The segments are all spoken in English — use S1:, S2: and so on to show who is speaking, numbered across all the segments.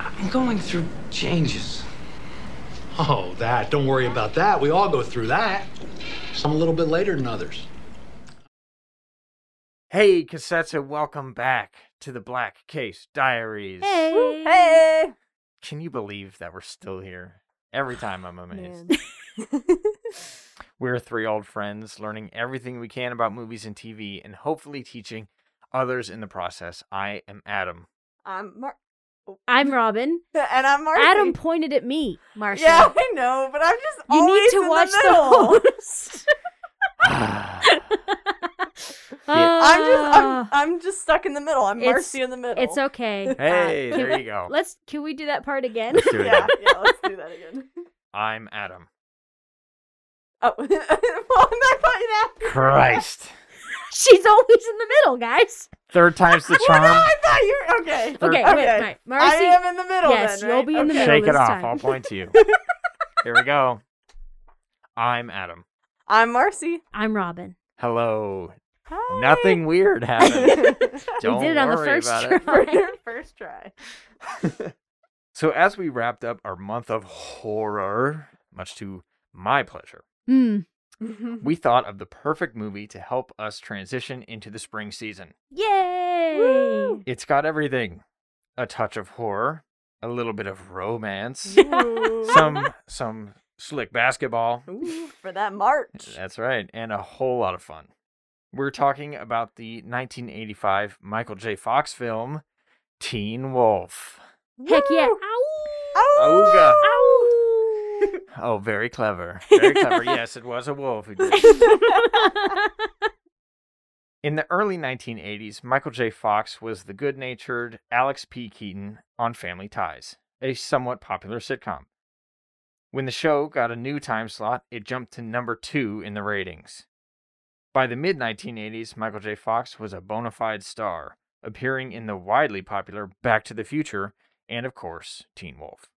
S1: I'm going through changes.
S2: Oh, that. Don't worry about that. We all go through that. Some a little bit later than others.
S3: Hey, cassettes, and welcome back to the Black Case Diaries.
S4: Hey.
S5: Hey!
S3: Can you believe that we're still here? Every time I'm amazed. We're three old friends learning everything we can about movies and TV and hopefully teaching others in the process. I am Adam.
S5: I'm Mar-
S4: I'm Robin.
S5: and I'm Marcy.
S4: Adam pointed at me, Marcia.
S5: Yeah, I know, but I'm just
S4: you
S5: always
S4: need to
S5: in
S4: watch
S5: the, middle.
S4: host.
S5: I'm just I'm,
S4: Ah,
S5: I'm just stuck in the middle. I'm
S4: It's-
S5: Marcy in the middle.
S4: It's okay. Uh,
S3: hey,
S4: can-
S3: there you go.
S4: Let's can we do that part again?
S3: Let's do it
S5: yeah,
S3: again.
S5: yeah, let's do that again.
S3: I'm Adam.
S5: Oh, well, I thought you asked. me for
S3: Christ.
S4: She's always in the middle, guys.
S3: Third time's the
S5: that. Well, no,
S3: charm.
S5: I thought you were okay.
S3: Third-
S4: Okay,
S3: Okay.
S4: wait, right.
S5: I
S4: Marcy,
S5: am in the middle.
S4: Yes,
S5: then,
S4: you'll
S5: right?
S4: be in the
S5: Okay.
S4: middle.
S3: Shake it
S4: this
S3: off.
S4: time.
S3: I'll point to you. Here we go. I'm Adam.
S5: I'm Marcy.
S4: I'm Robin.
S3: Hello.
S5: Hi.
S3: Nothing weird happened.
S5: For
S3: Don't
S4: we did it on the
S3: worry
S4: first
S3: about it.
S4: try.
S5: your first try.
S3: So, as we wrapped up our month of horror, much to my pleasure,
S4: Hmm.
S3: we thought of the perfect movie to help us transition into the spring season.
S4: Yay!
S5: Woo.
S3: It's got everything a touch of horror, a little bit of romance,
S5: Ooh.
S3: some some slick basketball.
S5: Ooh, for that March.
S3: That's right, and a whole lot of fun. We're talking about the 1985 Michael J. Fox film Teen Wolf.
S4: Heck yeah!
S5: Woo.
S4: Ow!
S5: Ow.
S3: Ooga.
S4: Ow!
S3: Oh, very clever. Very clever. yes, it was a wolf who did it. In the early 1980s, Michael J. Fox was the good natured Alex P. Keaton on Family Ties, a somewhat popular sitcom. When the show got a new time slot, it jumped to number two in the ratings. By the mid 1980s, Michael J. Fox was a bona fide star, appearing in the widely popular Back to the Future and, of course, Teen Wolf.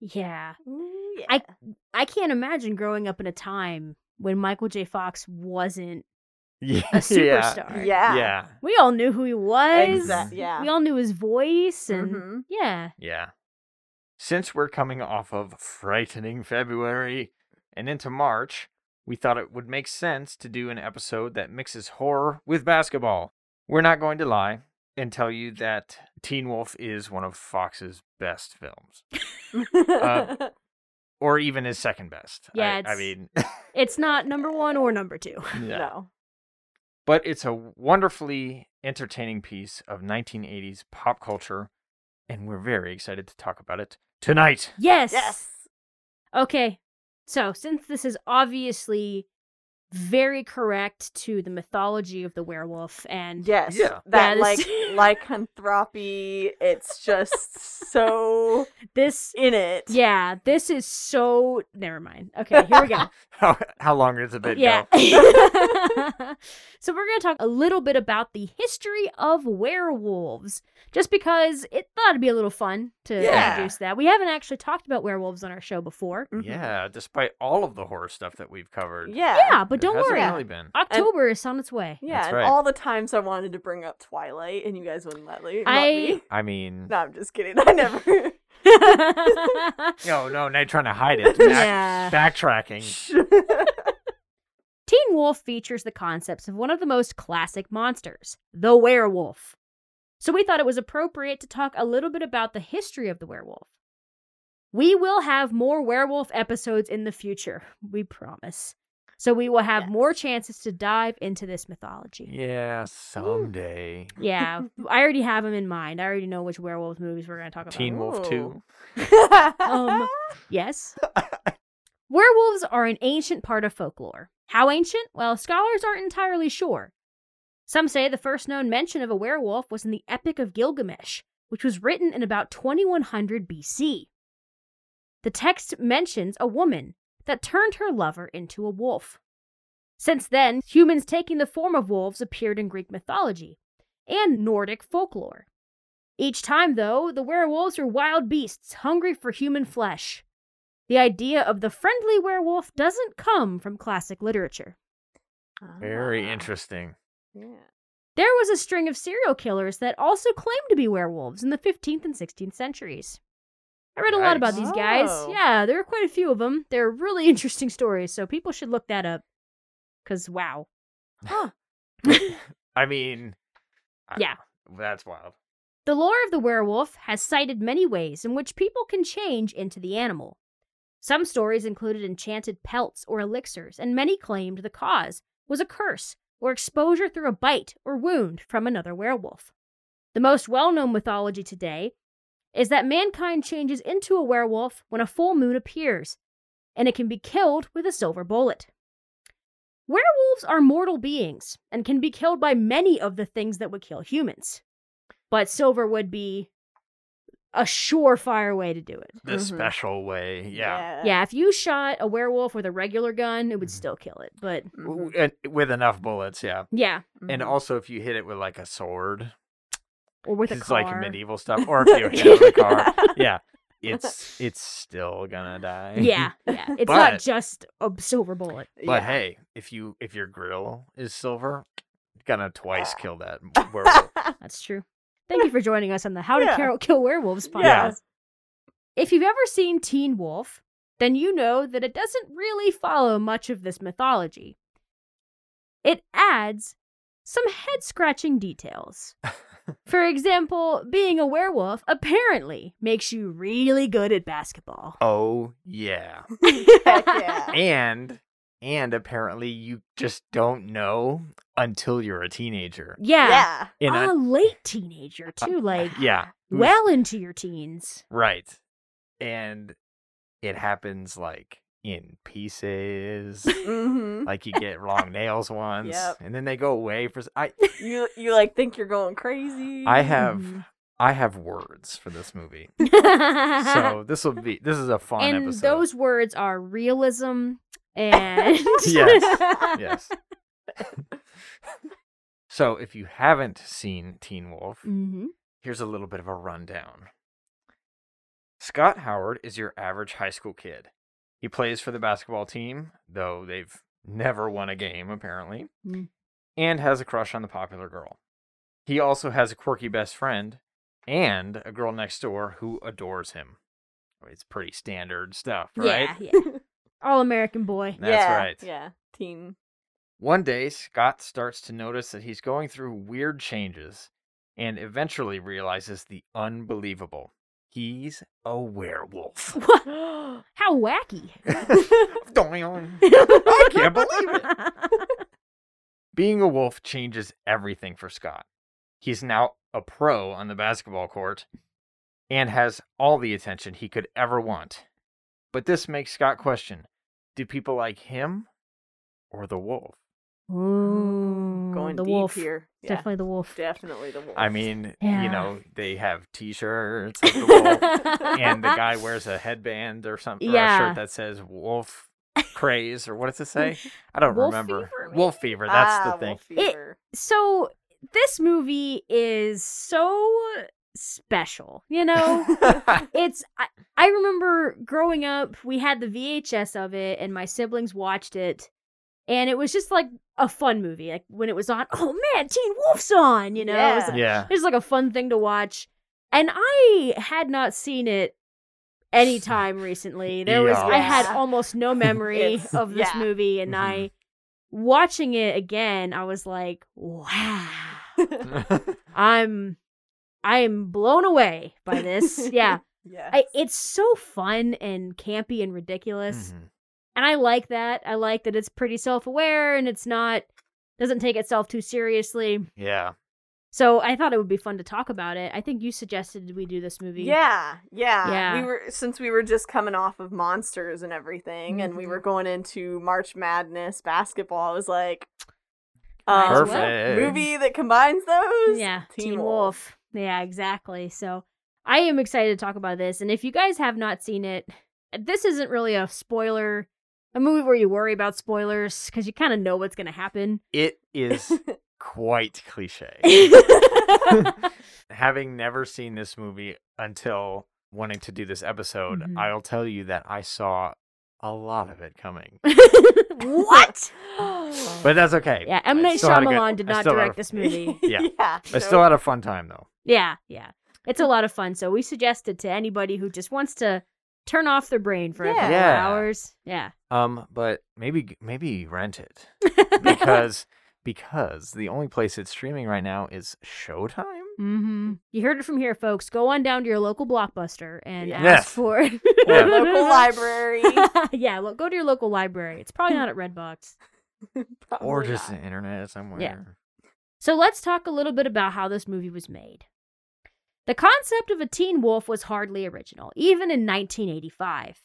S4: Yeah.
S5: Ooh, yeah.
S4: I- I can't imagine growing up in a time when Michael J. Fox wasn't
S3: Yeah.
S4: a superstar.
S5: yeah.
S3: Yeah.
S4: We all knew who he was.
S5: Exa- yeah.
S4: We all knew his voice and
S5: Mhm.
S4: yeah.
S3: Yeah. Since we're coming off of frightening February and into March, we thought it would make sense to do an episode that mixes horror with basketball. We're not going to lie and tell you that Teen Wolf is one of Fox's best films,
S4: Mm-hmm.
S3: Uh, or even his second best. I-
S4: Yeah,
S3: I,
S4: it's-
S3: mean,
S4: It's not number one or number two.
S3: yeah.
S5: No.
S3: but it's a wonderfully entertaining piece of 1980s pop culture, and we're very excited to talk about it tonight.
S4: Yes.
S5: Yes.
S4: Okay. So since this is obviously very correct to the mythology of the werewolf and
S5: Yes.
S3: Yeah.
S5: That
S4: Yeah,
S5: like
S4: this-
S5: lycanthropy. It's just so
S4: this
S5: in it.
S4: yeah, this is so never mind. Okay, here we go.
S3: How, how long has it been?
S4: yeah.
S3: Bill?
S4: so we're going to talk a little bit about the history of werewolves, just because it thought it'd be a little fun to
S5: Yeah.
S4: introduce that. We haven't actually talked about werewolves on our show before.
S5: Mhm.
S3: Yeah, despite all of the horror stuff that we've covered.
S5: Yeah.
S4: Mm-hmm. Yeah, but
S3: Mm, it
S4: don't
S3: hasn't
S4: worry.
S3: really been.
S4: October is on its way.
S5: Yeah,
S3: That's
S5: and
S3: right.
S5: all the times I wanted to bring up Twilight, and you guys wouldn't let, le- let
S4: I-
S5: me.
S3: I mean,
S5: No, I'm just kidding. I never.
S3: no, no, now you're trying to hide it.
S4: Yeah.
S3: Back, Backtracking.
S4: Teen Wolf features the concepts of one of the most classic monsters, the werewolf. So we thought it was appropriate to talk a little bit about the history of the werewolf. We will have more werewolf episodes in the future, we promise. So we will have
S5: Yes.
S4: more chances to dive into this mythology.
S3: Yeah, someday.
S4: Yeah, I already have them in mind. I already know which werewolf movies we're going to talk about.
S3: Teen Wolf 2.
S4: Um, Yes. Werewolves are an ancient part of folklore. How ancient? Well, scholars aren't entirely sure. Some say the first known mention of a werewolf was in the Epic of Gilgamesh, which was written in about 2100 BC. The text mentions a woman that turned her lover into a wolf. Since then, humans taking the form of wolves appeared in Greek mythology and Nordic folklore. Each time, though, the werewolves are wild beasts hungry for human flesh. The idea of the friendly werewolf doesn't come from classic literature. Oh,
S3: Very interesting.
S5: Uh-huh. Yeah.
S4: There was a string of serial killers that also claimed to be werewolves in the 15th and 16th centuries. I read a lot about these guys.
S5: Oh.
S4: Yeah, there are quite a few of them. They're really interesting stories, so people should look that up. Cause wow,
S5: Huh.
S3: I mean, I-
S4: Yeah.
S3: that's wild.
S4: the lore of the werewolf has cited many ways in which people can change into the animal. Some stories included enchanted pelts or elixirs, and many claimed the cause was a curse or exposure through a bite or wound from another werewolf. The most well known mythology today is that mankind changes into a werewolf when a full moon appears, and it can be killed with a silver bullet. Werewolves are mortal beings and can be killed by many of the things that would kill humans, but silver would be a surefire way to do it.
S3: The
S5: Mhm.
S3: special way, yeah.
S4: Mm-hmm. Yeah, if you shot a werewolf with a regular gun, it would
S3: Mhm.
S4: still kill it. But
S5: Mhm,
S3: W- and- with enough bullets, yeah.
S4: yeah,
S3: And
S5: mhm.
S3: also, if you hit it with like a sword,
S4: or Mm-hmm. with a
S3: it's
S4: car.
S3: like medieval stuff,
S5: Mm-hmm.
S3: or if you hit it with a car, yeah, it's it's still gonna die.
S4: Yeah, yeah. It's
S3: But-
S4: not just a silver bullet.
S3: But
S5: Yeah.
S3: hey, if you if your grill is silver, gonna twice
S4: Ah.
S3: kill that werewolf.
S4: That's true. Thank you for joining us on the How to
S5: Yeah.
S4: Carol Kill Werewolves podcast.
S5: Yeah.
S4: If you've ever seen Teen Wolf, then you know that it doesn't really follow much of this mythology. It adds some head scratching details. For example, being a werewolf apparently makes you really good at basketball.
S3: Oh yeah,
S5: Heck yeah.
S3: and and apparently you just don't know until you're a teenager.
S4: Yeah.
S5: Yeah.
S3: And I-
S4: a late teenager, too. Like,
S3: yeah, who's-
S4: Oh well into your teens.
S3: right, and it happens like in pieces.
S5: hmm
S3: like you get long nails once
S5: Yep.
S3: and then they go away for s- i
S5: You you like think you're going crazy.
S3: i have
S4: Mhm.
S3: i have words for this movie
S4: so,
S3: so this will be this is a fun
S4: and
S3: episode
S4: those words are realism and.
S3: Yes. yes so if you haven't seen teen wolf
S4: hmm
S3: here's a little bit of a rundown scott howard is your average high school kid he plays for the basketball team though they've never won a game apparently
S4: Mm.
S3: and has a crush on the popular girl he also has a quirky best friend and a girl next door who adores him it's pretty standard stuff right
S4: Yeah, yeah. All American boy.
S3: that's
S5: yeah,
S3: right
S5: Yeah. Teen.
S3: one day, Scott starts to notice that he's going through weird changes and eventually realizes the unbelievable. He's a werewolf.
S4: What? How wacky.
S3: Doing.
S4: I
S3: can't believe Being a wolf changes everything for Scott. He's now a pro on the basketball court and has all the attention he could ever want. But this makes Scott question do people like him or the wolf?
S4: Ooh,
S5: going
S4: Mm, the
S5: deep
S4: wolf.
S5: here. Yeah.
S4: Definitely the wolf.
S5: Definitely the wolf.
S3: I mean,
S4: Yeah.
S3: you know, they have t shirts of the wolf. and
S4: Uh,
S3: the guy wears a headband or something, or a
S4: Yeah.
S3: shirt that says wolf craze or what does it say? I don't
S4: Wolf
S3: remember.
S4: fever, maybe?
S3: Wolf fever, that's
S5: ah,
S3: the thing.
S5: Wolf fever.
S4: So this movie is so special, you know? it's I, I remember growing up we had the vhs of it and my siblings watched it and it was just like a fun movie like when it was on oh man teen wolf's on you know it, was,
S5: Yeah.
S3: yeah.
S4: it was like a fun thing to watch and i had not seen it anytime recently there was i had
S5: Yeah.
S4: almost no memory
S5: It's-
S4: of this
S5: yeah. Mm-hmm.
S4: movie and i watching it again i was like wow i'm i'm blown away by this yeah
S5: yeah.
S4: I, it's so fun and campy and ridiculous.
S3: Mhm.
S4: And I like that. I like that it's pretty self aware and it's not, doesn't take itself too seriously.
S3: Yeah.
S4: So I thought it would be fun to talk about it. I think you suggested we do this movie.
S5: Yeah, yeah,
S4: Yeah.
S5: We were since we were just coming off of monsters and everything, and we
S4: Mhm.
S5: were going into March Madness basketball. I was like, um,
S4: Might as well.
S3: Perfect.
S5: movie that combines those.
S4: Yeah. Teen, Wolf. Yeah, exactly. So I am excited to talk about this. And if you guys have not seen it, this isn't really a spoiler, a movie where you worry about spoilers because you kind of know what's going to happen.
S3: It is quite cliche.
S4: yeah.
S3: Having never seen this movie until wanting to do this episode,
S4: Mhm.
S3: I'll tell you that I saw a lot of it coming.
S4: what? Oh.
S3: But that's okay.
S4: Yeah, M.
S3: I
S4: Night
S3: still had a good-
S4: Shyamalan did
S3: I
S4: not
S3: still had a-
S4: direct this movie.
S3: Yeah.
S5: yeah.
S3: I still had a fun time though.
S4: Yeah, yeah. It's a lot of fun. So we suggest it to anybody who just wants to turn off their brain for a
S5: Yeah.
S4: couple
S3: Yeah.
S4: hours. Yeah.
S3: Um, but maybe maybe rent it because because the only place it's streaming right now is Showtime.
S4: Mm-hmm. You heard it from here, folks. Go on down to your local blockbuster and
S3: Yeah.
S4: ask
S3: Yes.
S4: for it.
S3: Yeah.
S5: Local library.
S4: yeah, lo- go to your local library. It's probably not at Redbox. Oh,
S3: or
S5: Probably
S3: just
S5: not.
S3: the internet somewhere.
S4: So let's talk a little bit about how this movie was made. The concept of a teen wolf was hardly original, even in 1985.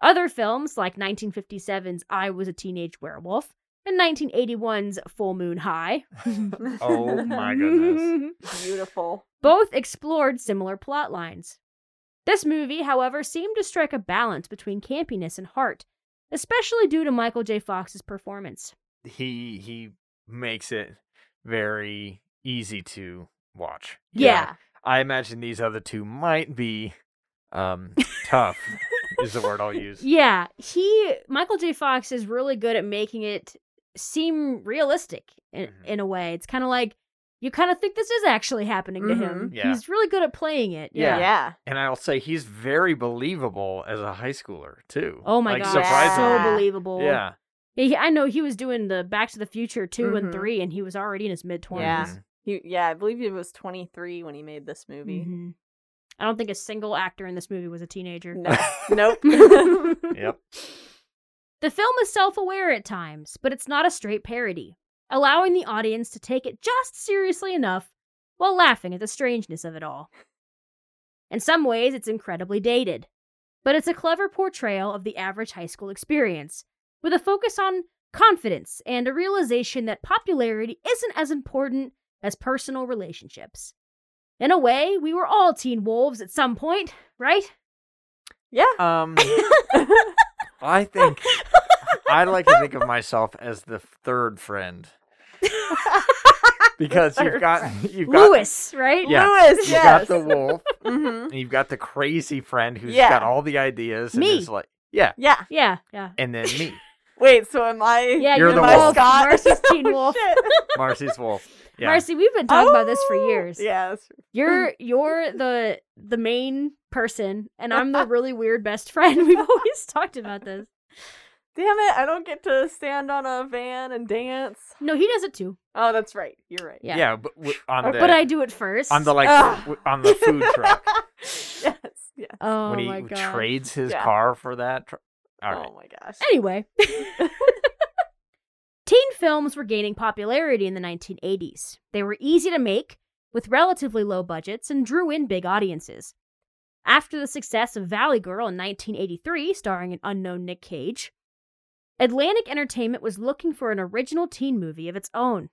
S4: Other films, like 1957's I Was a Teenage Werewolf and 1981's Full Moon High,
S3: Oh my goodness.
S5: Beautiful.
S4: both explored similar plot lines. This movie, however, seemed to strike a balance between campiness and heart, especially due to Michael J. Fox's performance.
S3: He he makes it very easy to watch.
S5: Yeah.
S3: I imagine these other two might be um tough is the word I'll use.
S4: Yeah, he Michael J. Fox is really good at making it seem realistic in,
S3: Mhm.
S4: in a way. It's kind of like you kind of think this is actually happening to him.
S3: Mhm. Yeah.
S4: He's really good at playing it.
S3: Yeah.
S5: Yeah.
S3: And I'll say he's very believable as a high schooler too.
S4: Oh my
S3: like,
S4: god,
S3: surprisingly.
S4: so
S5: surprising.
S4: believable.
S3: Yeah.
S4: Yeah, he- I know he was doing the Back to the Future 2 and
S3: Mm-hmm.
S5: Mhm.
S4: 3 and he was already in his mid 20s.
S5: Yeah.
S3: Mhm.
S5: He, yeah, I believe he was 23 when he made this movie.
S4: Mhm. I don't think a single actor in this movie was a teenager.
S5: No, nope.
S3: Yep.
S4: The film is self aware at times, but it's not a straight parody, allowing the audience to take it just seriously enough while laughing at the strangeness of it all. In some ways, it's incredibly dated, but it's a clever portrayal of the average high school experience, with a focus on confidence and a realization that popularity isn't as important as personal relationships. In a way, we were all teen wolves at some point, right?
S5: yeah.
S3: Um I think I like to think of myself as the third friend because
S5: third
S3: you've got you've got
S4: Lewis, right?
S3: Yeah.
S5: Lewis,
S3: you've got
S5: yes.
S3: the wolf
S5: hmm
S3: and you've got the crazy friend who's
S5: Yeah.
S3: got all the ideas
S4: Me.
S3: and is like yeah,
S5: Yeah.
S4: Yeah, yeah.
S3: and then me,
S5: Wait, so am I?
S4: Yeah,
S3: You're
S4: you're,
S3: the
S4: my
S3: wolf.
S5: Scott.
S4: Marcy's Teen
S5: Oh,
S4: Wolf.
S5: shit.
S3: Marcy's wolf. Yeah.
S4: Marcy, we've been talking about this for
S5: Oh,
S4: years.
S5: Yeah. that's-
S4: You're you're the the main person, and I'm the really weird best friend. We've always talked about this.
S5: Damn it, I don't get to stand on a van and dance.
S4: No, he does it too.
S5: Oh, that's right. You're right.
S4: Yeah.
S3: yeah. but w- on the
S4: Oh, But I do it first.
S3: on the like
S5: Ugh.
S3: w- on the food truck
S5: yes. Yeah.
S4: oh
S3: when he
S4: my god.
S3: trades his
S5: Yeah.
S3: car for that. Tr- all right.
S5: Oh my gosh.
S4: Anyway. Teen films were gaining popularity in the 1980s. They were easy to make, with relatively low budgets, and drew in big audiences. After the success of Valley Girl in 1983, starring an unknown Nick Cage, Atlantic Entertainment was looking for an original teen movie of its own.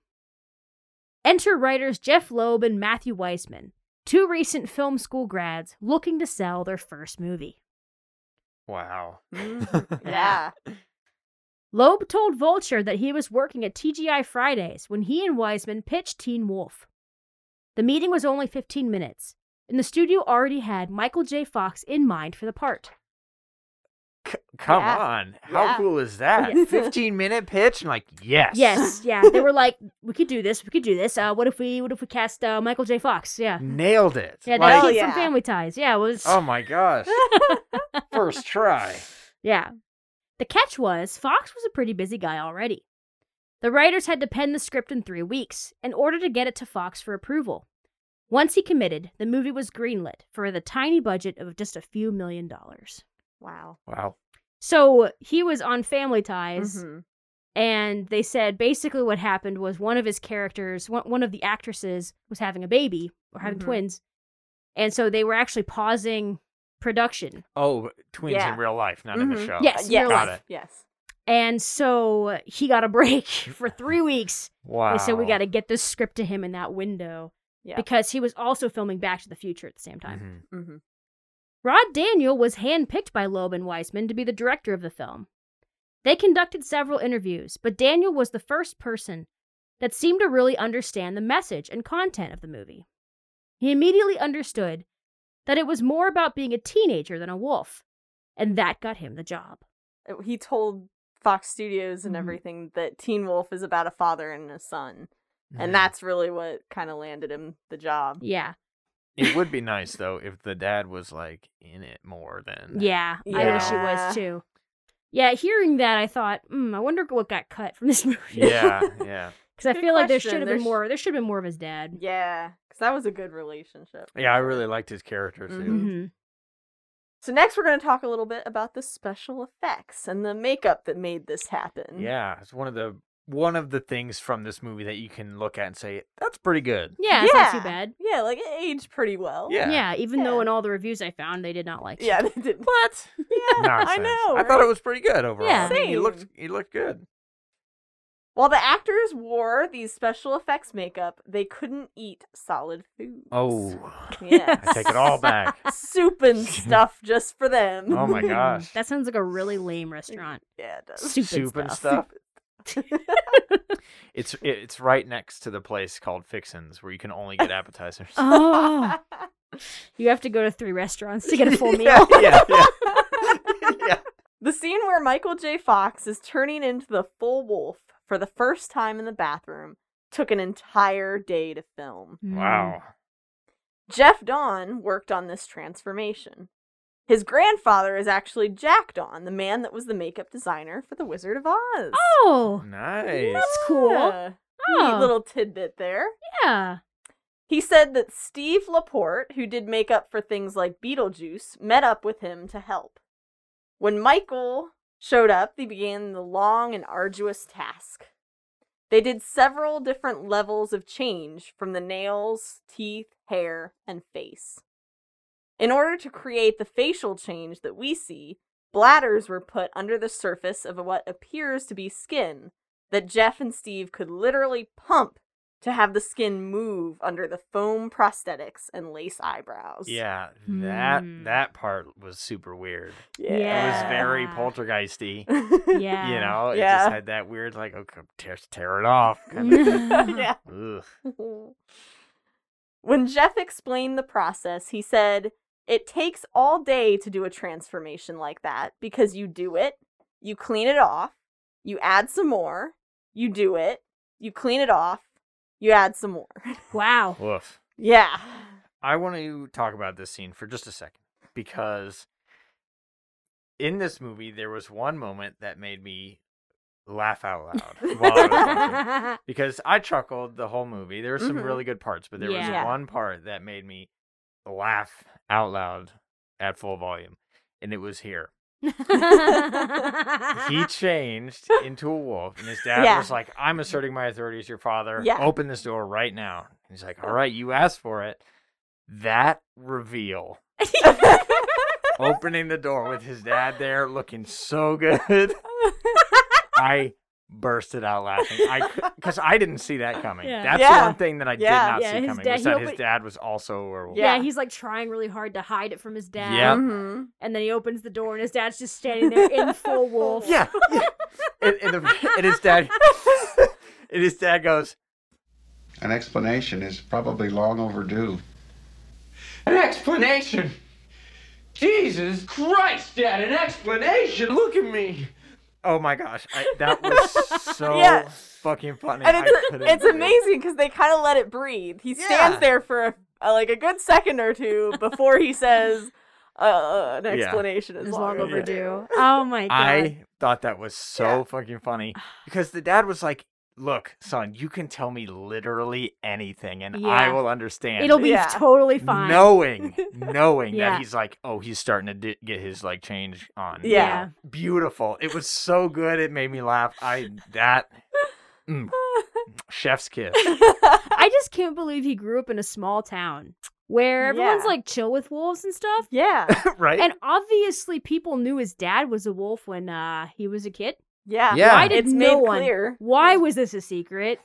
S4: Enter writers Jeff Loeb and Matthew Weissman, two recent film school grads looking to sell their first movie.
S3: Wow.
S5: Mhm.
S4: Yeah.
S5: yeah.
S4: Loeb told Vulture that he was working at TGI Fridays when he and Wiseman pitched Teen Wolf. The meeting was only 15 minutes, and the studio already had Michael J. Fox in mind for the part.
S3: C- come
S5: Yeah.
S3: on. How
S5: Yeah.
S3: cool is that?
S5: Yeah.
S3: 15 minute pitch? And like, yes.
S4: Yes, yeah, they were like, "We could do this. We could do this. Uh, what if we? What if we cast uh, Michael J. Fox? Yeah,
S3: Nailed it.
S4: yeah,
S3: Like,
S4: that'll
S5: Hell
S4: keep some
S5: yeah.
S4: family ties. Yeah, well, it's-
S3: Mm. oh my gosh. First try.
S4: Yeah. The catch was Fox was a pretty busy guy already. The writers had to pen the script in three weeks in order to get it to Fox for approval. Once he committed, the movie was greenlit for the tiny budget of just a few million dollars.
S5: Wow.
S3: Wow.
S4: So he was on Family Ties,
S5: Mhm.
S4: and they said basically what happened was one of his characters, one, one of the actresses, was having a baby or having
S5: Mhm.
S4: twins. And so they were actually pausing production.
S3: Oh, twins
S5: Yeah.
S3: in real life, not in the
S5: Mhm.
S3: show.
S4: Mm-hmm. Yes,
S5: yes.
S4: real
S3: Got
S4: life.
S3: it.
S5: Yes.
S4: And so he got a break for three weeks.
S3: Wow.
S4: They said we got to get this script to him in that window
S5: Yeah.
S4: because he was also filming Back to the Future at the same time.
S3: Mhm.
S5: hmm
S4: Rod Daniel was handpicked by Loeb and Weisman to be the director of the film. They conducted several interviews, but Daniel was the first person that seemed to really understand the message and content of the movie. He immediately understood that it was more about being a teenager than a wolf, and that got him the job.
S5: Uh, He told Fox Studios and
S4: Mhm.
S5: everything that Teen Wolf is about a father and a son.
S3: Mhm.
S5: Mm-hmm. And that's really what kind of landed him the job.
S4: Yeah.
S3: It would be nice though if the dad was like in it more than
S4: Yeah, I wish it
S5: Yeah.
S4: was too. Yeah, hearing that, I thought, hmm, I wonder what got cut from this movie.
S3: Yeah, yeah.
S4: because I
S5: Good
S4: feel like there
S5: question.
S4: should have
S5: There
S4: been
S5: sh-
S4: more. There should have been more of his dad.
S5: Yeah, because that was a good relationship.
S3: Yeah, I really liked his character too.
S4: Mm-hmm.
S5: Mhm. So next, we're going to talk a little bit about the special effects and the makeup that made this happen.
S4: Mm-hmm.
S3: Yeah, it's one of the one of the things from this movie that you can look at and say that's pretty good.
S4: Yeah, it's not
S5: Yeah.
S4: too bad.
S5: Yeah, like it aged pretty well.
S3: Yeah.
S4: Yeah, even though
S5: Yeah.
S4: in all the reviews I found, they did not like. it.
S5: Yeah, they did. What? Yeah, I
S3: Nonsense.
S5: know.
S3: I thought
S5: right?
S3: it was pretty good overall.
S4: Yeah.
S3: I mean, he looked
S5: Same.
S3: he looked good.
S5: While the actors wore these special effects makeup, they couldn't eat solid foods.
S3: Oh,
S5: Yes.
S3: I take it all back.
S5: Soup and stuff just for them.
S4: Um,
S3: Oh my gosh.
S4: that sounds like a really lame restaurant.
S5: Yeah, it does.
S4: Soup,
S3: Soup
S4: and
S3: and
S4: stuff.
S3: stuff. It's it- it's right next to the place called Fixins where you can only get appetizers.
S4: Oh, you have to go to three restaurants to get a full meal.
S3: yeah, yeah. yeah.
S5: The scene where Michael J. Fox is turning into the full wolf for the first time in the bathroom took an entire day to film.
S3: Wow.
S5: Jeff Don worked on this transformation. His grandfather is actually Jack Don, the man that was the makeup designer for The Wizard of Oz.
S3: Mm.
S4: Oh,
S3: Nice.
S4: that's cool.
S5: Yeah.
S4: Oh,
S5: Neat little tidbit there.
S4: yeah.
S5: He said that Steve Laporte, who did makeup for things like Beetlejuice, met up with him to help. When Michael showed up, they began the long and arduous task. They did several different levels of change from the nails, teeth, hair, and face. In order to create the facial change that we see, bladders were put under the surface of what appears to be skin that Jeff and Steve could literally pump to have the skin move under the foam prosthetics and lace eyebrows.
S3: Yeah, that
S4: Mm.
S3: that part was super weird. It was
S4: Yeah.
S3: very
S4: Yeah.
S3: poltergeisty.
S5: Yeah.
S4: Yeah.
S3: You know, it
S5: Yeah.
S3: just had that weird like, okay, tear, tear it off. Kind of,
S5: yeah.
S3: ugh.
S5: when Jeff explained the process, he said, It takes all day to do a transformation like that because you do it, you clean it off, you add some more, you do it, you clean it off, you add some more.
S4: Wow.
S3: Woof.
S5: yeah.
S3: I want to talk about this scene for just a second because in this movie there was one moment that made me laugh out loud while I was watching. because I chuckled the whole movie. There were some
S5: Mhm.
S3: really good parts, but there
S4: Yeah.
S3: was one part that made me laugh out loud at full volume, and it was here. He changed into a wolf, and his dad
S5: Yeah.
S3: was like, "I'm asserting my authority as your father.
S5: Yeah.
S3: Open this door right now." And he's like, "All right, you asked for it." That reveal, opening the door with his dad there, looking so good, I bursted out laughing. I because I didn't see that coming.
S4: Yeah.
S3: That's
S5: Yeah.
S3: the one thing that I
S5: Yeah.
S3: did not
S4: Yeah,
S3: see
S4: his
S3: coming
S4: dad-
S3: was
S4: he
S3: that
S4: opened-
S3: his dad was also a werewolf.
S4: yeah.
S5: Yeah.
S4: he's like trying really hard to hide it from his dad.
S3: Yep.
S5: Mhm.
S4: And then he opens the door and his dad's just standing there in full wolf.
S3: Yeah. yeah. and, and, the, and his dad, and his dad goes,
S6: An explanation is probably long overdue.
S1: An explanation. Jesus Christ, Dad, an explanation. Look at me.
S3: "Oh my gosh, I, that was so
S5: Yeah.
S3: fucking funny."
S5: and
S3: I
S5: it's
S3: couldn't
S5: it's
S3: believe it.
S5: amazing because they kind of let it breathe. He stands
S3: Yeah.
S5: there for a, a, like a good second or two before he says uh, an
S3: Yeah.
S5: explanation
S4: It
S5: is
S4: was long
S3: Yeah. overdue.
S4: overdue. Oh my god.
S3: I thought that was so fucking funny because the dad was like, "Look, son, you can tell me literally anything, and I
S4: Yeah.
S3: will understand."
S4: It'll be
S5: Yeah.
S4: totally fine.
S3: Knowing, knowing
S4: Yeah.
S3: that he's like, oh, he's starting to di- get his like change on.
S5: Yeah.
S3: beautiful. It was so good. It made me laugh. I that mm, chef's kiss.
S4: I just can't believe he grew up in a small town where everyone's
S5: Yeah.
S4: like chill with wolves and stuff.
S5: yeah.
S3: right?
S4: And obviously people knew his dad was a wolf when uh he was a kid.
S5: Yeah.
S3: Yeah. Why
S4: did
S5: it's
S4: no
S5: made
S4: one-
S5: clear.
S4: Why was this a secret?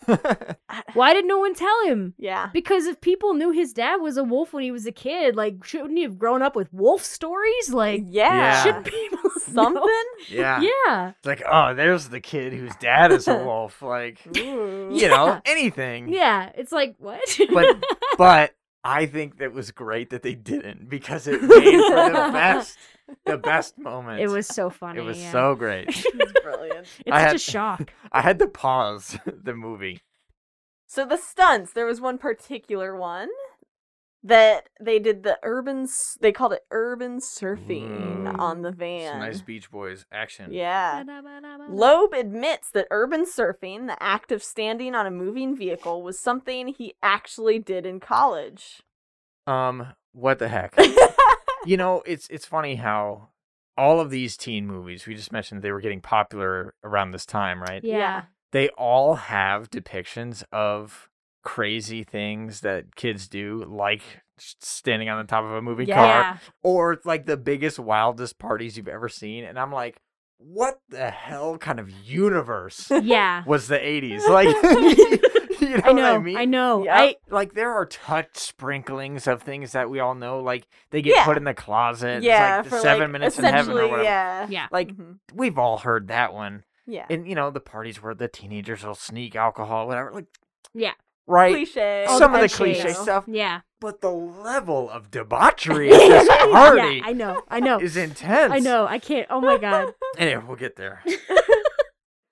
S4: Why did no one tell him?
S5: Yeah.
S4: Because if people knew his dad was a wolf when he was a kid, like shouldn't he have grown up with wolf stories? Like
S5: Yeah.
S3: Should
S4: people
S5: Something?
S3: yeah.
S4: Yeah.
S3: It's like, oh, there's the kid whose dad is a wolf. Like,
S5: Ooh.
S3: you know, anything.
S4: Yeah. It's like what?
S3: Mm. But but I think that was great that they didn't because it made for the best the best moment.
S4: it was so funny.
S3: it was
S4: yeah.
S3: so great.
S5: It's brilliant.
S4: It's
S3: I
S4: such a
S3: had-
S4: shock.
S3: I had to pause the movie.
S5: So the stunts, there was one particular one that they did the urban s- they called it urban surfing
S3: Ooh.
S5: on the
S3: Some
S5: van.
S3: nice Beach Boys action.
S5: Yeah.
S4: Ba-da-ba-da-ba-da.
S5: Loeb admits that urban surfing, the act of standing on a moving vehicle, was something he actually did in college.
S3: Um, what the heck?
S5: yeah.
S3: you know, it's it's funny how all of these teen movies we just mentioned they were getting popular around this time, right?
S4: Yeah.
S3: They all have depictions of crazy things that kids do, like standing on the top of a moving car
S4: Yeah.
S3: or like the biggest, wildest parties you've ever seen. And I'm like, what the hell kind of universe
S4: Yeah.
S3: was the 80s? Like,
S4: I
S3: you know, what I
S4: know.
S3: mean?
S4: I know.
S5: Yep.
S4: I
S3: Like, there are touch sprinklings of things that we all know. Like, they get
S5: Yeah.
S3: put in the closet.
S5: Yeah.
S3: It's like
S5: for
S3: the seven
S5: like,
S3: minutes in heaven or
S5: essentially,
S3: whatever.
S5: Yeah.
S4: yeah.
S3: Like,
S5: Mhm.
S3: we've all heard that one.
S5: Yeah.
S3: And, you know, the parties where the teenagers will sneak alcohol, whatever. Like,
S4: Yeah.
S3: Right?
S5: Cliche.
S4: All
S3: Some
S4: the
S3: of the
S4: cliches.
S3: cliche stuff.
S4: Yeah.
S3: But the level of debauchery at this party
S4: Yeah, I know. I know.
S3: is intense.
S4: Oh, I know. I can't. Oh my god.
S3: Anyway, we'll get there.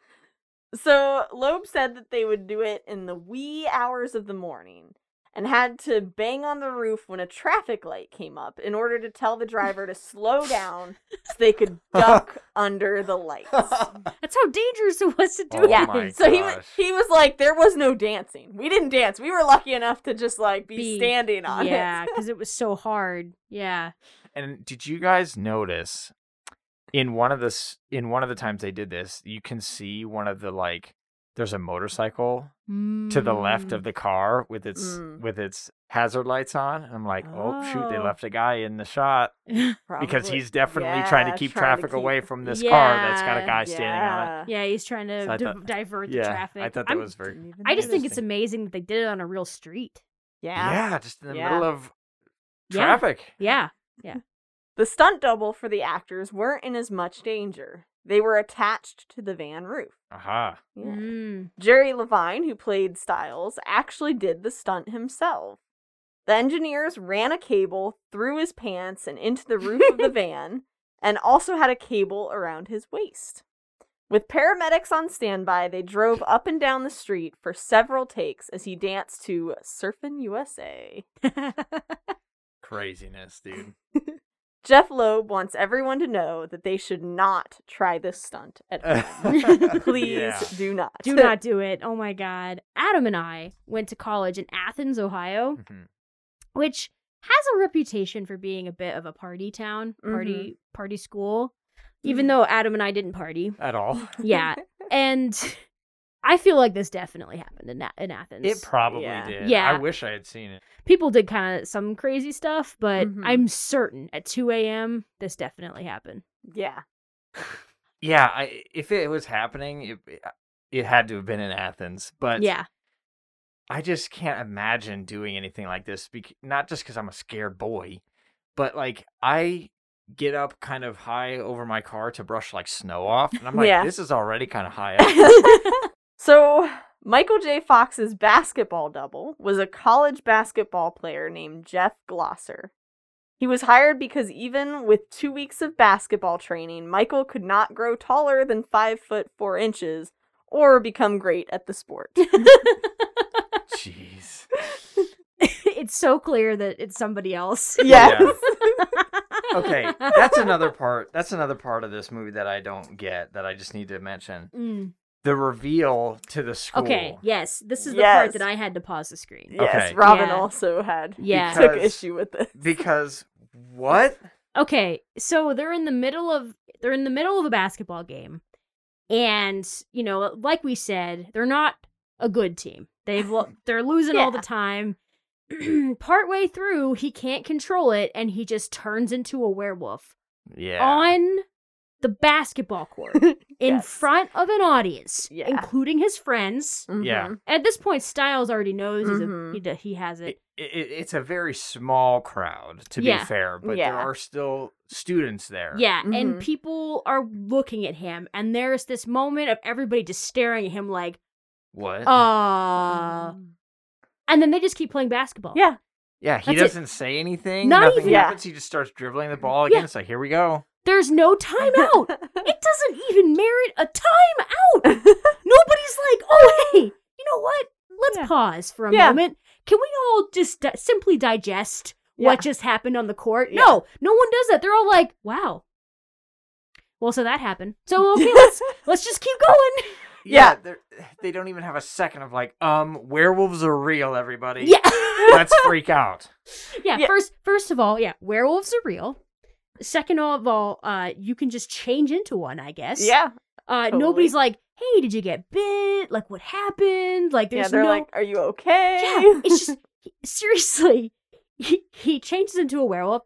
S5: So Loeb said that they would do it in the wee hours of the morning and had to bang on the roof when a traffic light came up in order to tell the driver to slow down so they could duck under the lights.
S4: That's how dangerous it was to do
S3: Oh
S4: it.
S5: yeah.
S3: my
S5: so he was,
S3: gosh.
S5: he was like there was no dancing. We didn't dance. We were lucky enough to just like be,
S4: Be-
S5: standing on
S4: Yeah,
S5: it.
S4: because it was so hard. Yeah.
S3: And did you guys notice in one of the s- in one of the times they did this, you can see one of the like there's a motorcycle to the
S4: Mm.
S3: left of the car with its
S5: Mm.
S3: with its hazard lights on. And I'm like, oh, shoot, they
S5: Oh.
S3: left a guy in the shot
S4: the.
S3: because
S5: Probably.
S3: he's definitely trying
S5: Yeah,
S3: to keep
S5: trying to
S3: traffic
S5: keep-
S3: away from this car that's got a
S4: Yeah,
S3: guy standing on it.
S4: yeah, he's trying to
S3: So I
S4: di-
S3: thought-
S4: divert the
S3: yeah,
S4: traffic.
S3: I thought that
S4: I'm-
S3: was very
S5: Didn't even
S4: I just think
S5: notice.
S4: it's amazing that they did it on a real street.
S5: yeah.
S3: yeah, just in the
S5: Yeah.
S3: middle of
S4: Yeah.
S3: traffic.
S4: Yeah.
S5: The stunt double for the actors weren't in as much danger. They were attached to the van roof.
S3: Aha.
S4: Mm.
S5: Jerry Levine, who played Styles, actually did the stunt himself. The engineers ran a cable through his pants and into the roof of the van, and also had a cable around his waist. With paramedics on standby, they drove up and down the street for several takes as he danced to Surfin' USA.
S3: Craziness, dude.
S5: Jeff Loeb wants everyone to know that they should not try this stunt at home. Please
S3: Yeah.
S5: do not.
S4: do not do it. Oh my god. Adam and I went to college in Athens, Ohio,
S3: Mhm.
S4: which has a reputation for being a bit of a party town, party party school. Even
S5: Mhm.
S4: though Adam and I didn't party.
S3: At all.
S4: Yeah. and I feel like this definitely happened in, A- in Athens.
S3: It probably
S5: Yeah.
S3: did. I
S4: Yeah.
S3: wish I had seen it.
S4: People did kind of some crazy stuff, but
S5: Mhm.
S4: I'm certain at 2 a.m. this definitely happened.
S5: Yeah.
S3: Yeah, I, if it was happening, it, uh, it had to have been in Athens. But
S4: yeah.
S3: I just can't imagine doing anything like this. bec- Not just because I'm a scared boy, but like I get up kind of high over my car to brush like snow off, and I'm like,
S5: Yeah.
S3: this is already kind of high up.
S5: So, Michael J. Fox's basketball double was a college basketball player named Jeff Glosser. He was hired because even with two weeks of basketball training, Michael could not grow taller than five foot four inches or become great at the sport.
S3: Jeez.
S4: it's so clear that it's somebody else.
S5: yes.
S3: Okay, that's another part. That's another part of this movie that I don't get. That I just need to mention
S4: Mm.
S3: the reveal to the school.
S4: Okay, yes. This is the part
S5: Yes.
S4: that I had to pause the screen.
S5: Yes,
S3: Okay.
S5: Robin
S4: Yeah.
S5: also had
S4: Yeah.
S5: took
S3: Because-
S5: issue with this.
S3: Because what?
S4: Okay, so they're in the middle of they're in the middle of a basketball game. And, you know, like we said, they're not a good team. They've lo- they're losing all the
S5: Yeah.
S4: time. Partway through, he can't control it and he just turns into a werewolf
S3: Yeah.
S4: on the basketball court in
S5: Yes.
S4: front of an audience,
S5: Yeah.
S4: including his friends.
S3: Yeah.
S5: Mhm.
S4: At this point, Styles already knows he's a,
S5: Mhm.
S4: he, d- he has it.
S3: it, it, it's a very small crowd to
S4: Yeah.
S3: be fair but there
S5: Yeah.
S3: are still students there
S4: Yeah, and
S5: Mhm.
S4: people are looking at him, and there's this moment of everybody just staring at him like,
S3: what
S4: uh and then they just keep playing basketball.
S5: yeah.
S3: yeah he
S4: that's it.
S3: doesn't say anything
S4: Not
S3: nothing
S4: even-
S5: Yeah.
S3: happens he just starts dribbling the ball
S4: Yeah.
S3: again it's like here we go
S4: There's no timeout. it doesn't even merit a timeout. Nobody's like, oh hey, you know what? let's
S5: Yeah.
S4: pause for a
S5: Yeah.
S4: moment. Can we all just di- simply digest
S5: Yeah.
S4: what just happened on the court?
S5: Yeah.
S4: No, no one does that. They're all like, wow. Well, so that happened. So okay, let's let's just keep going.
S5: Yeah.
S3: they're- they don't even have a second of like, um, werewolves are real, everybody.
S4: Yeah.
S3: Let's freak out.
S4: yeah,
S5: Yeah.
S4: First, first of all, yeah, werewolves are real. Second of all, uh, you can just change into one, I guess.
S5: Yeah.
S4: Uh,
S5: totally.
S4: nobody's like, hey, did you get bit? Like, what happened? Like,
S5: Yeah,
S4: there's
S5: they're
S4: no.
S5: like, are you okay?
S4: yeah, it's just seriously. He he changes into a werewolf,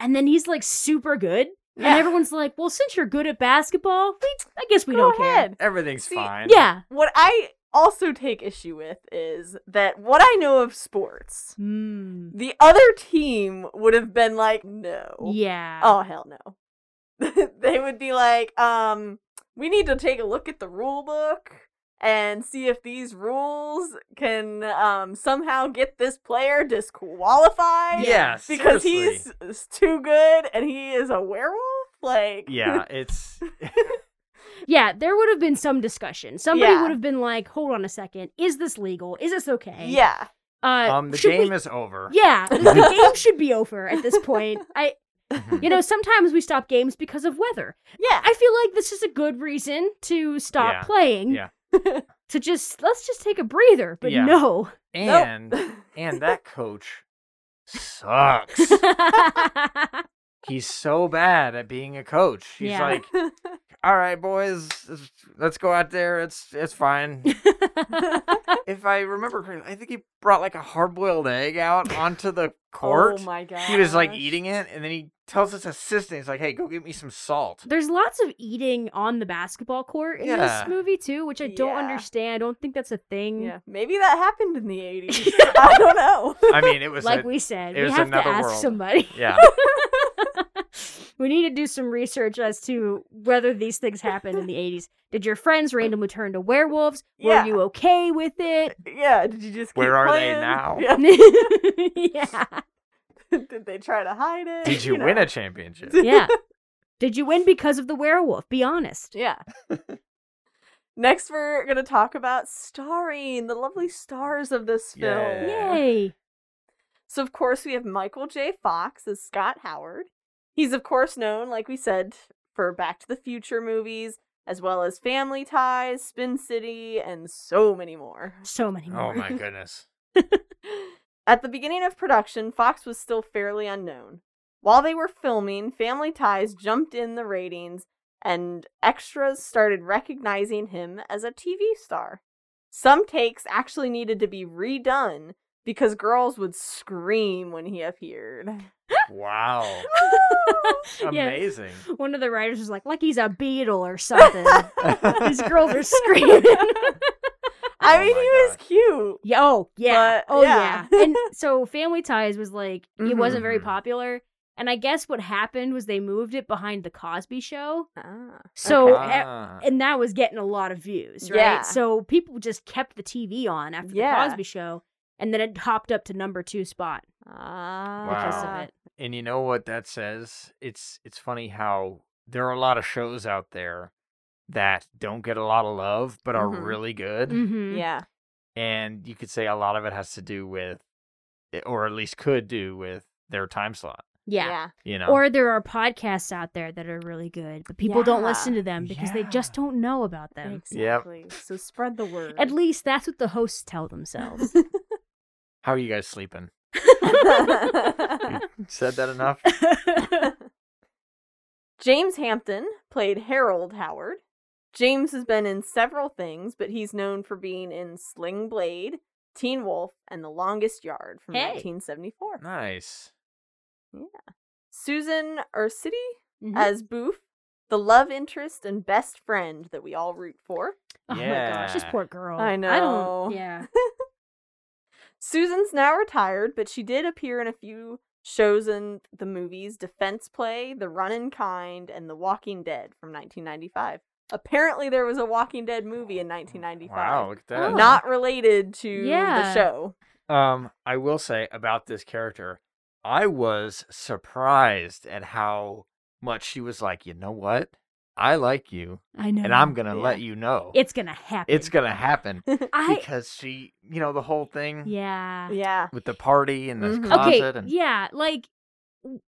S4: and then he's like super good,
S5: Yeah.
S4: and everyone's like, well, since you're good at basketball, we, I guess we
S5: Go
S4: don't
S5: ahead.
S3: Everything's
S5: See,
S3: fine.
S4: care. Yeah.
S5: What I also take issue with is that what I know of sports,
S4: Mm,
S5: the other team would have been like, no.
S4: yeah.
S5: Oh hell no. they would be like, um, we need to take a look at the rule book and see if these rules can um somehow get this player disqualified.
S3: Yeah,
S5: Because
S3: seriously.
S5: he's s- too good and he is a werewolf? Like
S3: Yeah, it's
S4: Yeah, there would have been some discussion. Somebody
S5: Yeah.
S4: would have been like, hold on a second. Is this legal? Is this okay?
S5: Yeah.
S4: Uh,
S3: um the
S4: should
S3: game
S4: we-
S3: is over.
S4: Yeah, the game should be over at this point. I,
S3: Mhm.
S4: you know, sometimes we stop games because of weather.
S5: Yeah.
S4: I feel like this is a good reason to stop
S3: Yeah,
S4: playing.
S3: yeah.
S4: to just let's just take a breather, but
S3: Yeah.
S4: no.
S3: And and that coach sucks. He's so bad at being a coach. He's
S4: Yeah.
S3: like, "All right, boys, let's go out there. It's it's fine." if I remember correctly, I think he brought like a hard-boiled egg out onto the court.
S5: Oh my god.
S3: he was like eating it, and then he tells his assistant, "He's like, hey, go get me some salt."
S4: There's lots of eating on the basketball court in
S3: Yeah.
S4: this movie too, which I don't
S5: Yeah.
S4: understand. I don't think that's a thing.
S5: Yeah. Maybe that happened in the 80s. I don't know.
S3: I mean, it was
S4: Like
S3: a-
S4: we said,
S3: it
S4: we
S3: was
S4: have to
S3: another
S4: ask
S3: world.
S4: somebody.
S3: yeah,
S4: we need to do some research as to whether these things happened in the 80s. Did your friends randomly turn to werewolves? Were
S5: Yeah.
S4: you okay with it?
S5: Yeah, did you just keep
S3: Where are they
S5: playing?
S3: now?
S5: Yeah.
S4: yeah.
S5: Did they try to hide it?
S3: did you win a championship?
S4: Yeah. Did you win because of the werewolf? Be honest.
S5: Yeah. Next, we're going to talk about starring the lovely stars of this film.
S3: Yeah.
S4: Yay.
S5: So, of course, we have Michael J. Fox as Scott Howard. He's, of course, known, like we said, for Back to the Future movies, as well as Family Ties, Spin City, and so many more.
S4: So many more.
S3: Oh my goodness.
S5: At the beginning of production, Fox was still fairly unknown. While they were filming, Family Ties jumped in the ratings, and extras started recognizing him as a TV star. Some takes actually needed to be redone because girls would scream when he appeared.
S3: Wow.
S4: yeah.
S3: Amazing.
S4: One of the writers was like, like he's a beetle or something. These girls are screaming.
S5: I
S3: Oh
S5: mean, he
S3: my
S5: was
S3: God.
S5: cute.
S4: Yeah, oh yeah,
S5: But,
S4: oh
S5: yeah.
S4: yeah. and so Family Ties was like it wasn't very
S3: Mhm.
S4: popular, and I guess what happened was they moved it behind the Cosby Show,
S5: Ah.
S4: so
S3: Okay.
S4: e- and that was getting a lot of views, right?
S5: Yeah.
S4: So people just kept the TV on after
S5: Yeah.
S4: the Cosby Show, and then it hopped up to number two spot because
S5: Ah.
S3: Wow.
S4: of it.
S3: and you know what that says? It's it's funny how there are a lot of shows out there that don't get a lot of love but are
S5: Mhm.
S3: really good.
S4: Mm-hmm.
S5: Yeah.
S3: And you could say a lot of it has to do with eh, or at least could do with their time slot,
S4: Yeah.
S3: you know.
S4: Or there are podcasts out there that are really good, but people don't
S5: Yeah.
S4: listen to them because they
S3: Yeah.
S4: just don't know about them.
S5: Exactly. So spread the word.
S4: At least that's what the hosts tell themselves.
S3: How are you guys sleeping? Said that enough?
S5: James Hampton played Harold Howard. James has been in several things, but he's known for being in Sling Blade, Teen Wolf, and The Longest Yard from
S4: Hey.
S5: 1974.
S3: Nice.
S5: Susan Ursity
S4: Mhm.
S5: as Boof, the love interest and best friend that we all root for.
S4: Oh my gosh, this
S3: Yeah.
S4: poor girl.
S5: I know.
S4: don't, yeah.
S5: Susan's now retired, but she did appear in a few shows in the movies Defense Play, The Run in Kind, and The Walking Dead from 1995. Apparently, there was a Walking Dead movie in 1995.
S3: Oh, Wow, look at that.
S4: Oh.
S5: Not related to the
S4: Yeah.
S5: show.
S3: Um, I will say about this character, I was surprised at how much she was like, you know what? I like you,
S4: I know.
S3: and I'm gonna
S5: Yeah.
S3: let you know.
S4: It's gonna happen.
S3: it's gonna happen
S4: I.
S3: because she, you know, the whole thing
S4: Yeah.
S5: Yeah.
S3: with the party and the
S5: Mhm.
S3: closet
S4: okay.
S3: and
S4: Yeah. Like. w-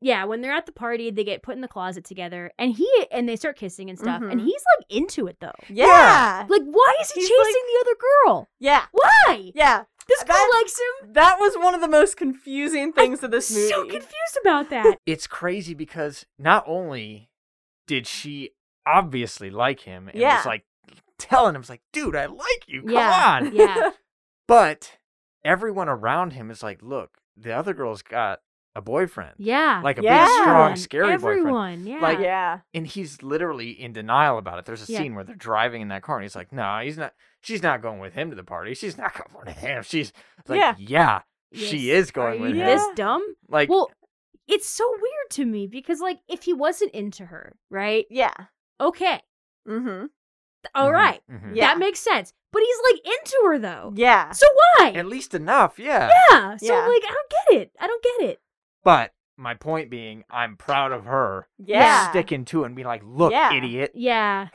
S4: Yeah, when they're at the party, they get put in the closet together, and he and they start kissing and stuff, and
S3: Mm-hmm.
S5: Mhm.
S4: he's like into it though.
S5: Yeah.
S4: Like, why is he
S5: He's
S4: chasing
S5: like-
S4: the other girl?
S5: Yeah.
S4: Why?
S5: Yeah.
S4: This girl
S5: that-
S4: likes him.
S5: That was one of the most confusing things of this movie.
S4: So confused about that.
S3: it's crazy because not only did she obviously like him and
S5: Yeah.
S3: was like telling him, "It's like, dude, I like you. Come
S4: yeah.
S3: on,"
S4: Yeah.
S3: but everyone around him is like, "Look, the other girl's got a boyfriend,
S4: Yeah.
S3: like a
S5: Yeah.
S3: big, strong,
S4: Everyone,
S3: scary boyfriend."
S4: Everyone. Yeah.
S3: Like-
S5: yeah.
S3: and he's literally in denial about it. There's a
S4: Yeah.
S3: scene where they're driving in that car, and he's like, "No, he's not. She's not going with him to the party. She's not going with him. She's It's like, yeah,
S5: Yeah.
S3: she
S4: Yes.
S3: is going
S4: Are
S3: with
S4: you
S5: him.
S4: this
S5: Yeah.
S4: dumb?
S3: Like,
S4: well, it's so weird to me because like if he wasn't into her, right?
S5: Yeah.
S4: Okay.
S5: Mm-hmm.
S4: all
S3: mhm,
S4: right,
S3: mhm.
S5: Yeah.
S4: That makes sense. But he's like into her though.
S5: Yeah.
S4: So why?
S3: at least enough, yeah.
S4: yeah. So
S5: Yeah.
S4: like I don't get it. I don't get it.
S3: But my point being, I'm proud of her
S5: Yeah.
S3: sticking to it and being like, "Look,
S5: Yeah.
S3: idiot."
S4: Yeah.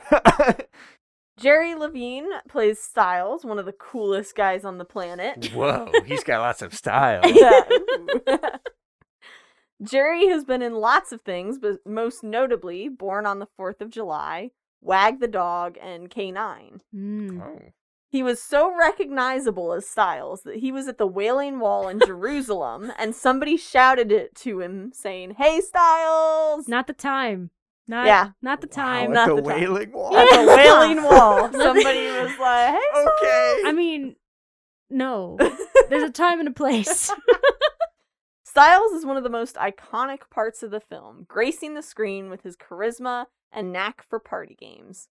S5: Jerry Levine plays Styles, one of the coolest guys on the planet.
S3: Whoa, he's got lots of style.
S5: Yeah. Jerry has been in lots of things, but most notably Born on the 4th of July, Wag the Dog, and K9.
S4: Mm.
S3: Oh.
S5: He was so recognizable as Styles that he was at the Wailing Wall in Jerusalem and somebody shouted it to him saying, Hey, Styles!
S4: Not the time. Not
S5: Yeah.
S4: Not the
S3: Oh, Wow,
S4: time.
S5: I'm
S3: at
S5: not
S3: the,
S5: the time.
S3: wailing wall.
S5: At the
S4: Yeah.
S5: Wailing Wall, somebody was like, Hey,
S3: okay.
S4: I mean, no.
S5: Styles!
S4: There's a time and a place.
S5: Styles is one of the most iconic parts of the film, gracing the screen with his charisma and knack for party games.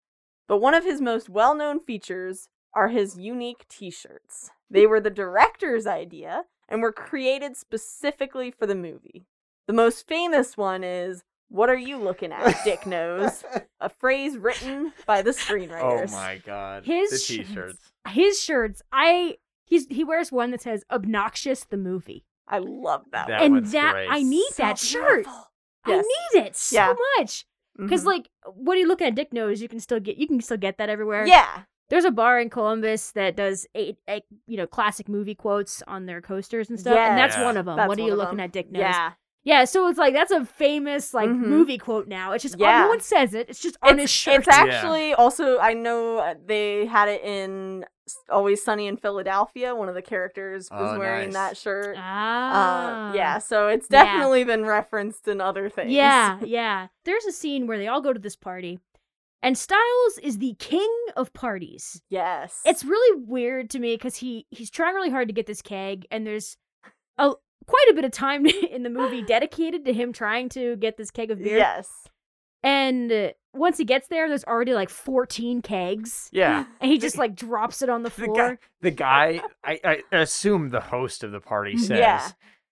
S5: But one of his most well known features are his unique t shirts. They were the director's idea and were created specifically for the movie. The most famous one is, What are you looking at, Dick Nose? A phrase written by the
S3: oh
S5: screenwriters.
S3: my god.
S4: His
S3: the
S4: shirts.
S3: t-shirts.
S4: His shirts, I he's he wears one that says obnoxious the movie.
S5: I love that,
S3: That
S5: one.
S4: and
S3: one's
S4: that
S3: great.
S4: I need
S5: So
S4: that shirt.
S5: beautiful.
S4: I
S5: Yes.
S4: need it so
S5: Yeah.
S4: much.
S5: Mm-hmm.
S4: Because like what are you looking at Dick Nose? You can still get you can still get that everywhere.
S5: yeah.
S4: There's a bar in Columbus that does eight, eight you know classic movie quotes on their coasters and stuff, and that's
S3: Yes.
S4: one of them.
S5: That's
S4: what are
S5: one
S4: you
S5: of
S4: looking
S5: them.
S4: at, Dick Nose?
S5: Yeah.
S4: Yeah, so it's like that's a famous like
S5: Mhm.
S4: movie quote now. It's just
S5: Yeah.
S4: no one says it. It's just on his shirt.
S5: It's actually also I know uh, they had it in S- Always Sunny in Philadelphia. One of the characters was
S3: Oh,
S5: wearing
S3: nice.
S5: that shirt.
S4: ah,
S5: Uh, yeah, so it's
S4: Yeah.
S5: definitely been referenced in other things.
S4: yeah, yeah. There's a scene where they all go to this party, and Styles is the king of parties.
S5: Yes.
S4: it's really weird to me because he he's trying really hard to get this keg and there's a quite a bit of time in the movie dedicated to him trying to get this keg of beer
S5: yes.
S4: and uh, once he gets there there's already like 14 kegs
S3: Yeah.
S4: and he just like drops it on the
S3: The guy,
S4: floor
S3: the guy I, I assume the host of the party
S4: Mm,
S3: says,
S5: Yeah.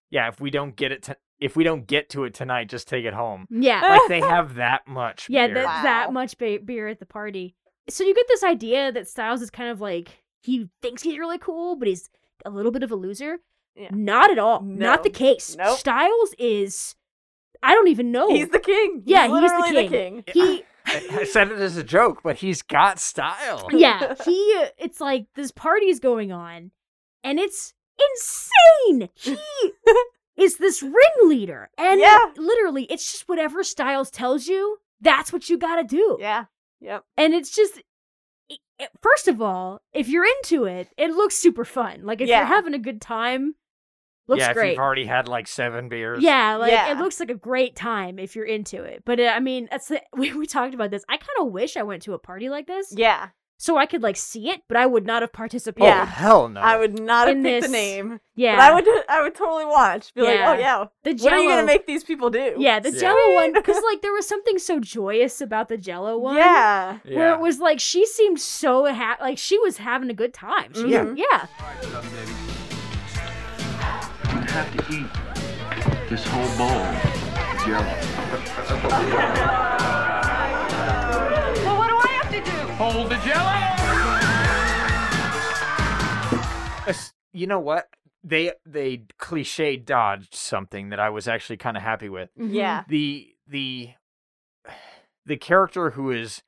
S3: "Yeah, if we don't get it, to, if we don't get to it tonight, just take it home."
S4: yeah
S3: Like they have that much.
S4: yeah
S3: beer.
S4: that,
S5: Wow.
S4: that much ba- beer at the party so you get this idea that styles is kind of like he thinks he's really cool but he's a little bit of a loser
S5: Yeah.
S4: not at all
S5: No.
S4: not the case
S5: Nope.
S4: styles is i don't even know
S5: He's the king.
S4: Oh. Yeah, he's the
S5: literally
S4: king.
S5: king.
S4: he
S3: I, I said it as a joke, but he's got style.
S4: yeah he uh, it's like this party's going on and it's insane he is this ringleader and
S5: Yeah.
S4: literally it's just whatever styles tells you that's what you gotta do
S5: Yeah. Yep.
S4: and it's just it- it- first of all if you're into it it looks super fun like if
S5: Yeah.
S4: you're having a good time looks
S3: yeah, if
S4: great
S3: you've already had like seven beers.
S4: yeah, like it
S5: Yeah.
S4: looks like a great time if you're into it. But uh, I mean, that's the, we, we talked about this. I kind of wish I went to a party like this.
S5: Yeah.
S4: so I could like see it, but I would not have participated.
S3: Oh
S5: Yeah.
S3: hell no!
S5: I would not have
S4: In
S5: picked
S4: this-
S5: the name.
S4: yeah.
S5: But I would I would totally watch. Be
S4: Yeah.
S5: like, oh yeah.
S4: the
S5: What are
S4: Jell-O-
S5: you gonna make these people do?
S4: Yeah, the
S3: Yeah.
S4: Jello one, because like there was something so joyous about the Jello one.
S5: Yeah.
S3: Yeah.
S4: Where it was like she seemed so ha- like she was having a good time. She,
S5: Yeah.
S4: yeah,
S6: You have to eat this whole bowl. Jello.
S7: Well, what do I have to do?
S1: Hold the jelly!
S3: As- you know what? They they cliche
S4: Mm-hmm.
S3: dodged something that I was actually kind of happy with.
S5: Yeah.
S3: The the the character who is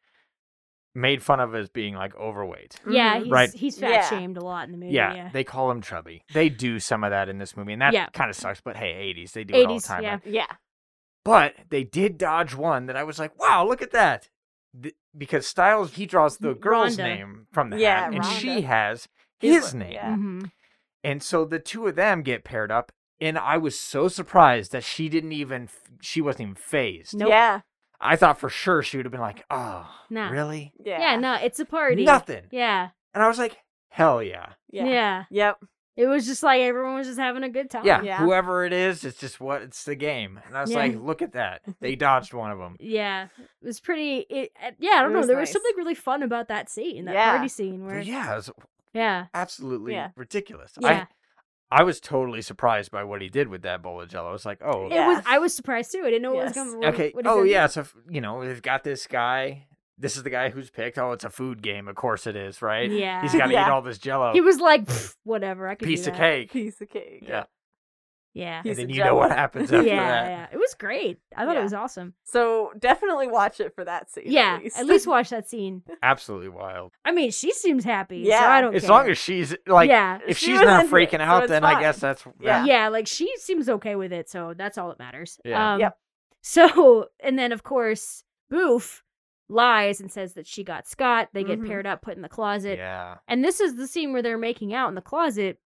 S3: made fun of as being like overweight.
S4: Yeah, he's,
S3: Right.
S4: he's fat
S5: Mm-hmm. Yeah.
S4: shamed a lot in the movie.
S3: Yeah,
S4: Yeah.
S3: they call him chubby. They do some of that in this movie, and that
S4: Yeah.
S3: kind of sucks. But hey, 80s, they do it all the
S4: 80s,
S3: time.
S4: yeah.
S3: man.
S5: Yeah.
S3: But they did dodge one that I was like, wow, look at that. Th- because Styles, he draws the girl's
S4: Rhonda.
S3: name from the
S5: Yeah,
S3: hat, and she
S5: Rhonda.
S3: has
S5: His
S3: his,
S5: one,
S3: name.
S5: yeah.
S4: Mhm.
S3: And so the two of them get paired up. And I was so surprised that she didn't even, f- she wasn't even phased.
S4: Nope.
S5: Yeah.
S3: I thought for sure she would have been like, oh,
S4: Nah.
S3: really?
S5: Yeah.
S4: Yeah, no, it's a party.
S3: Nothing.
S4: Yeah.
S3: And I was like, hell yeah.
S4: yeah.
S5: Yeah. Yep.
S4: It was just like everyone was just having a good time.
S3: yeah.
S5: yeah.
S3: Whoever it is, it's just what, it's the game. And I was
S4: Yeah.
S3: like, look at that. They dodged one of them.
S4: Yeah. It was pretty it, uh, Yeah, I don't
S5: It
S4: know.
S5: was
S4: There was
S5: nice.
S4: something really fun about that scene, that
S5: Yeah.
S4: party scene where Yeah.
S3: Yeah, it was
S4: Yeah.
S3: absolutely
S5: Yeah.
S3: ridiculous.
S4: Yeah.
S3: I, I was totally surprised by what he did with that bowl of jello. I was like, oh,
S5: Yeah.
S4: It was I was surprised too. I didn't know what was
S5: Yes.
S4: coming. what-
S3: okay.
S4: what he's
S3: Oh,
S4: gonna do.
S3: yeah. So, f- you know, they've got this guy. This is the guy who's picked. Oh, it's a food game. Of course it is, right?
S4: Yeah.
S3: He's got to eat
S5: Yeah.
S3: all this jello.
S4: He was like, "Pfft, whatever, I could do
S3: piece of
S4: that."
S3: cake.
S5: Piece of cake.
S3: Yeah.
S4: Yeah.
S5: Piece
S3: and then
S5: of
S3: you know what
S5: jello.
S3: happens
S4: Yeah,
S3: after that.
S4: yeah. It was great. I thought it
S5: Yeah.
S4: was awesome.
S5: So definitely watch it for that scene.
S4: Yeah.
S5: At least.
S4: watch that scene.
S3: Absolutely wild.
S4: I mean, she seems happy. so
S5: Yeah.
S4: I don't
S3: As
S4: care.
S3: long as she's like,
S4: Yeah.
S3: if
S5: She
S3: she's
S5: was
S3: not
S5: into it,
S3: freaking
S5: so
S3: out,
S5: it's
S3: then I
S5: fine.
S3: guess that's
S5: Yeah.
S4: yeah, like she seems okay with it, so that's all that matters.
S3: Yeah.
S4: Um,
S5: Yep.
S4: So, and then of course, Boof lies and says that she got Scott. They get
S5: Mhm.
S4: paired up, put in the closet,
S3: Yeah.
S4: and this is the scene where they're making out in the closet,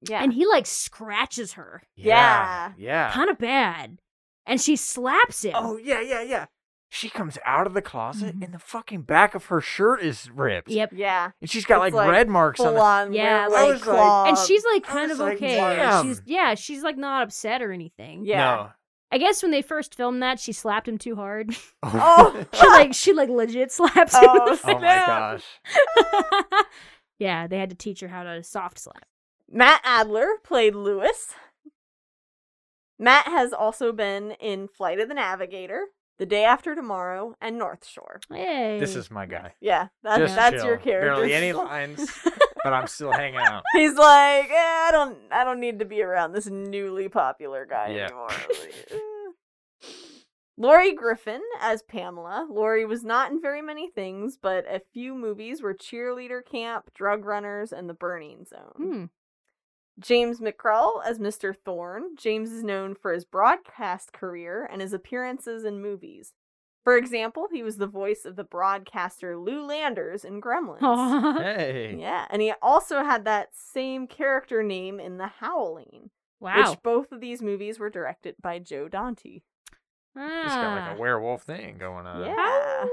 S5: Yeah.
S4: and he like scratches her,
S3: Yeah.
S5: Yeah.
S3: Yeah.
S4: kind of bad, and she slaps him.
S3: Oh yeah, yeah, yeah. She comes out of the closet
S5: Mm-hmm.
S4: Mhm.
S3: and the fucking back of her shirt is ripped.
S4: yep.
S5: yeah.
S3: And she's got like,
S5: It's,
S3: red marks on
S5: full
S3: it.
S5: on.
S4: Yeah,
S5: Yeah.
S4: like-
S5: Like,
S3: I was like-
S5: claw.
S4: And she's like
S3: I
S4: kind of
S3: was like,
S4: okay.
S3: damn.
S4: She's yeah, she's like not upset or anything.
S5: Yeah.
S3: No.
S4: I guess when they first filmed that, she slapped him too hard.
S5: Oh.
S4: she like she like legit slaps him.
S5: Oh,
S4: in the
S3: Oh my
S5: Snap.
S3: gosh.
S5: Oh.
S4: yeah, they had to teach her how to soft slap.
S5: Matt Adler played Lewis. Matt has also been in Flight of the Navigator, The Day After Tomorrow, and North Shore.
S4: Hey.
S3: This is my guy.
S5: Yeah, that,
S3: Just
S5: that's
S3: chill.
S5: your character.
S3: Barely any lines, but I'm still hanging out.
S5: He's like, eh, I don't, I don't need to be around this newly popular guy
S3: Yeah.
S5: anymore. Like, eh. Lori Griffin as Pamela. Lori was not in very many things, but a few movies were Cheerleader Camp, Drug Runners, and The Burning Zone.
S4: Hmm.
S5: James McCrell as Mr. Thorne. James is known for his broadcast career and his appearances in movies. For example, he was the voice of the broadcaster Lou Landers in Gremlins.
S4: Aw.
S3: Hey.
S5: Yeah, and he also had that same character name in The Howling,
S4: Wow.
S5: which both of these movies were directed by Joe Dante.
S3: He's got like
S4: Ah.
S3: a werewolf thing going on.
S5: Yeah.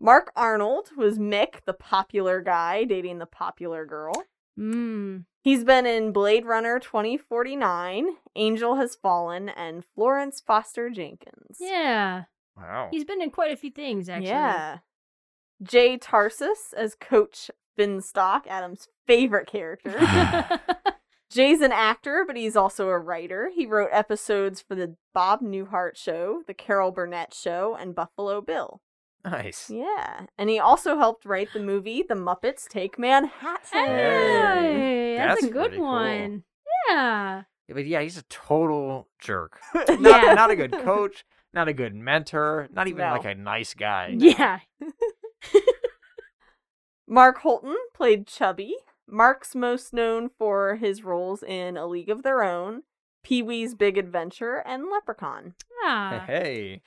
S5: Mark Arnold was Mick, the popular guy dating the popular girl.
S4: Mm.
S5: He's been in Blade Runner 2049, Angel Has Fallen, and Florence Foster Jenkins.
S4: Yeah.
S3: Wow.
S4: He's been in quite a few things actually.
S5: Yeah. Jay Tarsis as Coach Finstock, Adam's favorite character. Jay's an actor, but he's also a writer. He wrote episodes for the Bob Newhart Show, the Carol Burnett Show, and Buffalo Bill.
S3: nice.
S5: Yeah. And he also helped write the movie The Muppets Take Manhattan.
S4: Hey, that's,
S3: that's
S4: a good
S3: pretty cool.
S4: one. Yeah.
S3: But yeah, he's a total jerk. not,
S4: Yeah.
S3: not a good coach, not a good mentor, not even
S5: No.
S3: like a nice guy.
S4: Yeah.
S5: Mark Holton played Chubby. Mark's most known for his roles in A League of Their Own, Pee Wee's Big Adventure, and Leprechaun.
S4: Ah.
S3: Hey.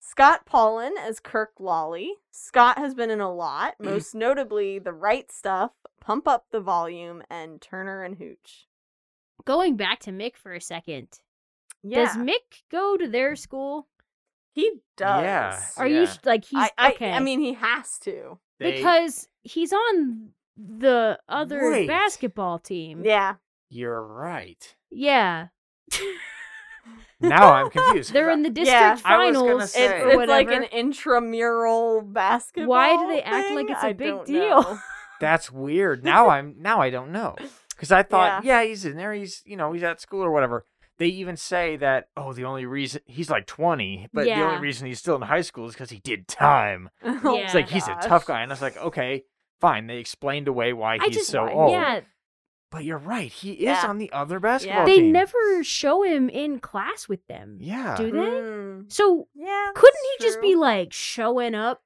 S5: Scott Paulin as Kirk Lawley. Scott has been in a lot, most notably The Right Stuff, Pump Up the Volume, and Turner and Hooch.
S4: Going back to Mick for a second.
S5: Yeah,
S4: Does Mick go to their school?
S5: he does.
S3: Yeah.
S4: Are
S3: Yeah.
S4: you sh- like he's
S5: I, I,
S4: okay?
S5: I mean, he has to.
S3: They-
S4: because he's on the other
S3: Wait.
S4: basketball team.
S5: Yeah,
S3: you're right.
S4: Yeah.
S3: Now I'm confused. 'cause
S4: They're
S3: I-
S4: in the district
S5: Yeah.
S3: I was gonna
S4: finals.
S5: it's,
S3: say- Say.
S4: or
S5: it's like
S4: whatever.
S5: an intramural basketball.
S4: Why do they act like
S5: thing?
S4: it's a
S5: I
S4: big
S5: don't
S4: deal?
S5: know.
S3: That's weird. Now I'm now I don't know because I thought yeah. he's in there he's you know he's at school or whatever. They even say that oh the only reason he's like 20 but the only
S4: Yeah.
S3: reason he's still in high school is because he did time.
S5: Oh
S4: Yeah.
S3: It's like he's a
S5: gosh.
S3: tough guy and I was like okay fine they explained away why
S4: I
S3: he's
S4: just
S3: so
S5: why-
S3: old.
S4: yeah.
S3: But you're right. He is
S5: Yeah.
S3: on the other basketball
S4: They
S3: team.
S4: never show him in class with them.
S3: Yeah.
S4: Do they?
S5: Mm,
S4: So
S5: yeah.
S4: couldn't
S5: that's
S4: he just
S5: true.
S4: be like showing up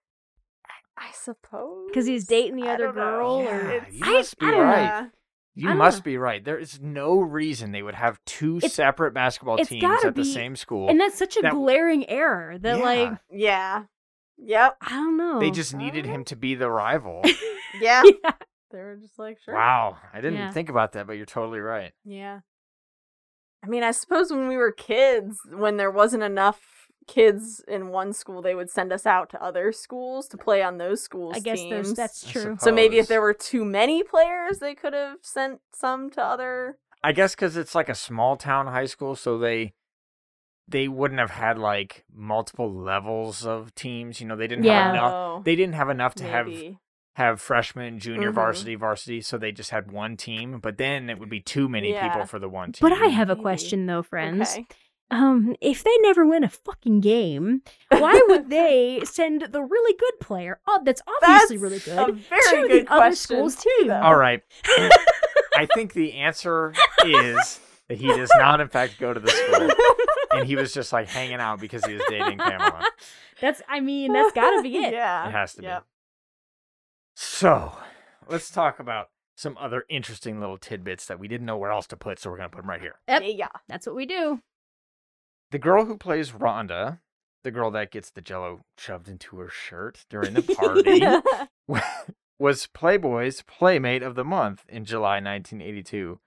S5: I suppose.
S4: because he's dating the
S5: I
S4: other
S5: don't know.
S4: girl?
S3: Yeah,
S4: Or
S3: you
S4: I,
S3: must be
S4: I don't know.
S3: right.
S5: Yeah.
S4: I
S3: You
S4: don't
S3: must
S4: know.
S3: be right. There is no reason they would have two
S4: It's-
S3: separate basketball
S4: it's
S3: teams
S4: gotta
S3: at the
S4: be-
S3: same school.
S4: And that's such a
S3: That-
S4: glaring error that
S3: Yeah.
S4: like
S5: Yeah. Yep.
S4: I don't know.
S3: they just needed him to be the rival.
S5: Yeah.
S4: Yeah.
S5: They were just like, sure.
S3: wow. I didn't
S4: Yeah.
S3: think about that, but you're totally right.
S5: Yeah. I mean, I suppose when we were kids, when there wasn't enough kids in one school, they would send us out to other schools to play on those schools.
S4: I guess there's
S5: teams.
S4: that's
S3: I
S4: true.
S3: suppose.
S5: So maybe if
S3: Suppose.
S5: there were too many players, they could have sent some to other.
S3: I guess because it's like a small town high school, so they they wouldn't have had like multiple levels of teams. You know, they didn't
S4: Yeah.
S3: have enough.
S5: Oh,
S3: They didn't have enough to have
S5: maybe.
S3: have freshman, junior,
S4: Mm-hmm.
S5: Mhm.
S3: varsity, varsity. So they just had one team. But then it would be too many
S5: Yeah.
S3: people for the one team.
S4: But I have a
S5: Maybe.
S4: question though, friends.
S5: Okay.
S4: Um, if they never win a fucking game, why would they send the really good player, oh, that's obviously really
S5: That's
S4: good,
S5: a very
S4: to
S5: good
S4: the other
S5: question,
S4: school's
S5: too,
S4: team?
S5: though.
S3: All right. I think the answer is that he does not, in fact, go to the school. And he was just like hanging out because he was dating Pamela.
S4: That's, I mean, that's gotta be it.
S5: yeah.
S3: It has to
S5: Yep.
S3: be. So let's talk about some other interesting little tidbits that we didn't know where else to put, so we're going to put them right here.
S4: Yep.
S5: Yeah.
S4: That's what we do.
S3: The girl who plays Rhonda, the girl that gets the jello shoved into her shirt during the party, was Playboy's Playmate of the Month in July 1982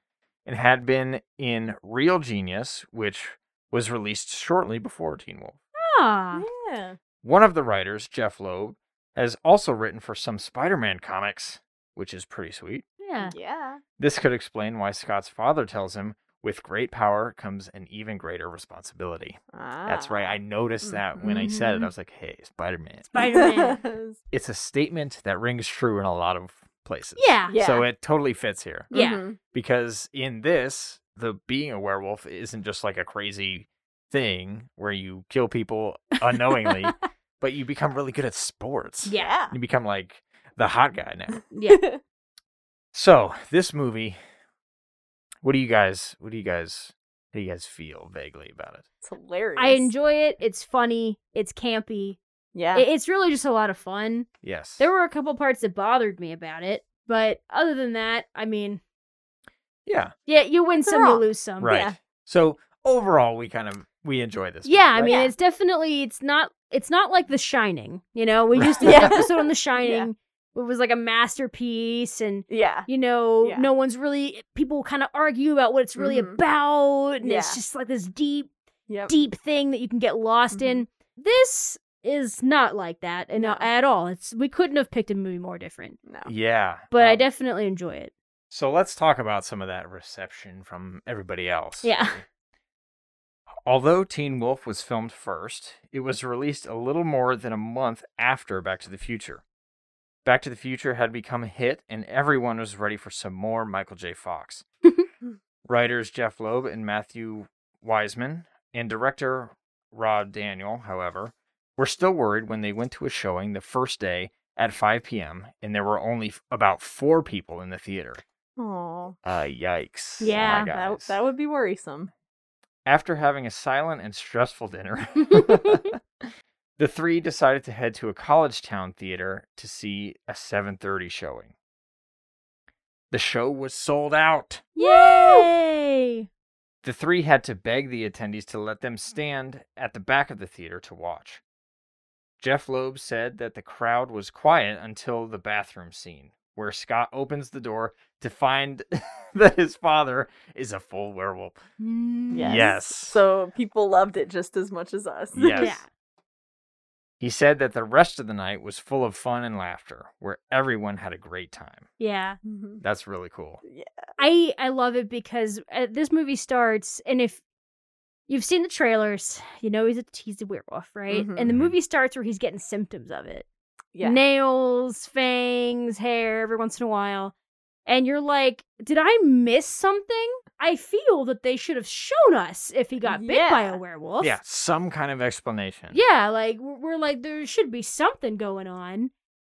S3: and had been in Real Genius, which was released shortly before Teen Wolf.
S4: Ah,
S5: Yeah.
S3: One of the writers, Jeff Loeb, has also written for some Spider Man comics, which is pretty sweet.
S4: yeah.
S5: Yeah.
S3: This could explain why Scott's father tells him, with great power comes an even greater responsibility. That's
S5: Ah.
S3: right. I noticed that when I said it. I was like, hey, Spider Man.
S4: Spider-Man.
S3: It's a statement that rings true in a lot of places.
S4: yeah.
S5: Yeah.
S3: So it totally fits here.
S4: Yeah.
S5: Mhm.
S3: because in this the being a werewolf isn't just like a crazy thing where you kill people unknowingly but you become really good at sports
S4: Yeah.
S3: you become like the hot guy now
S4: Yeah.
S3: so this movie what do you guys what do you guys how do you guys feel vaguely about it
S5: It's hilarious.
S4: I enjoy it. It's funny. It's campy.
S5: Yeah.
S4: It- It's really just a lot of fun.
S3: yes
S4: There were a couple parts that bothered me about it, but other than that, I mean,
S3: yeah
S4: yeah, you win some,
S5: all-
S4: you lose some.
S3: right
S5: Yeah.
S3: so overall we kind of we enjoy this movie,
S4: Yeah, I
S3: right?
S4: mean,
S5: Yeah.
S4: it's definitely it's not it's not like The Shining. You know, we just did
S5: Yeah.
S4: an episode on The Shining. It was like a masterpiece, and
S5: yeah.
S4: you know,
S5: Yeah.
S4: no one's really people kind of argue about what it's really
S5: Mhm.
S4: about, and it's
S5: Yeah.
S4: just like this deep,
S5: Yep. Mm-hmm.
S4: deep thing that you can get lost in. This is not like that, and uh,
S5: No.
S4: at all. It's we couldn't have picked a movie more different.
S5: No.
S3: yeah
S4: But I
S3: Um,
S4: definitely enjoy it.
S3: so let's talk about some of that reception from everybody else
S4: Yeah.
S3: Although Teen Wolf was filmed first, it was released a little more than a month after Back to the Future. Back to the Future had become a hit, and everyone was ready for some more Michael J. Fox. Writers Jeff Loeb and Matthew Wiseman and director Rod Daniel, however, were still worried when they went to a showing the first day at 5 p.m., and there were only f- about four people in the theater.
S5: Oh,
S3: Uh, yikes. Oh my
S4: Yeah,
S5: that
S3: guys.
S5: that would be worrisome.
S3: After having a silent and stressful dinner, the three decided to head to a college town theater to see a 7:30 showing. The show was sold out.
S4: Yay!
S3: The three had to beg the attendees to let them stand at the back of the theater to watch. Jeff Loeb said that the crowd was quiet until the bathroom scene, where Scott opens the door to find that his father is a full werewolf.
S4: Mm-hmm.
S5: Yes.
S3: Yes.
S5: So people loved it just as much as us.
S3: Yes.
S4: Yeah.
S3: He said that the rest of the night was full of fun and laughter, where everyone had a great time.
S4: Yeah.
S5: Mhm.
S3: That's really cool.
S4: I I love it because uh, this movie starts, and if you've seen the trailers, you know he's a he's a werewolf, right?
S5: Mhm.
S4: And the
S3: Mhm.
S4: movie starts where he's getting symptoms of it:
S5: Yeah.
S4: nails, fangs, hair, every once in a while. And you're like, did I miss something? I feel that they should have shown us if he got bit by
S5: Yeah.
S4: a werewolf.
S3: Yeah, some kind of explanation.
S4: Yeah, like we're, we're like there should be something going on,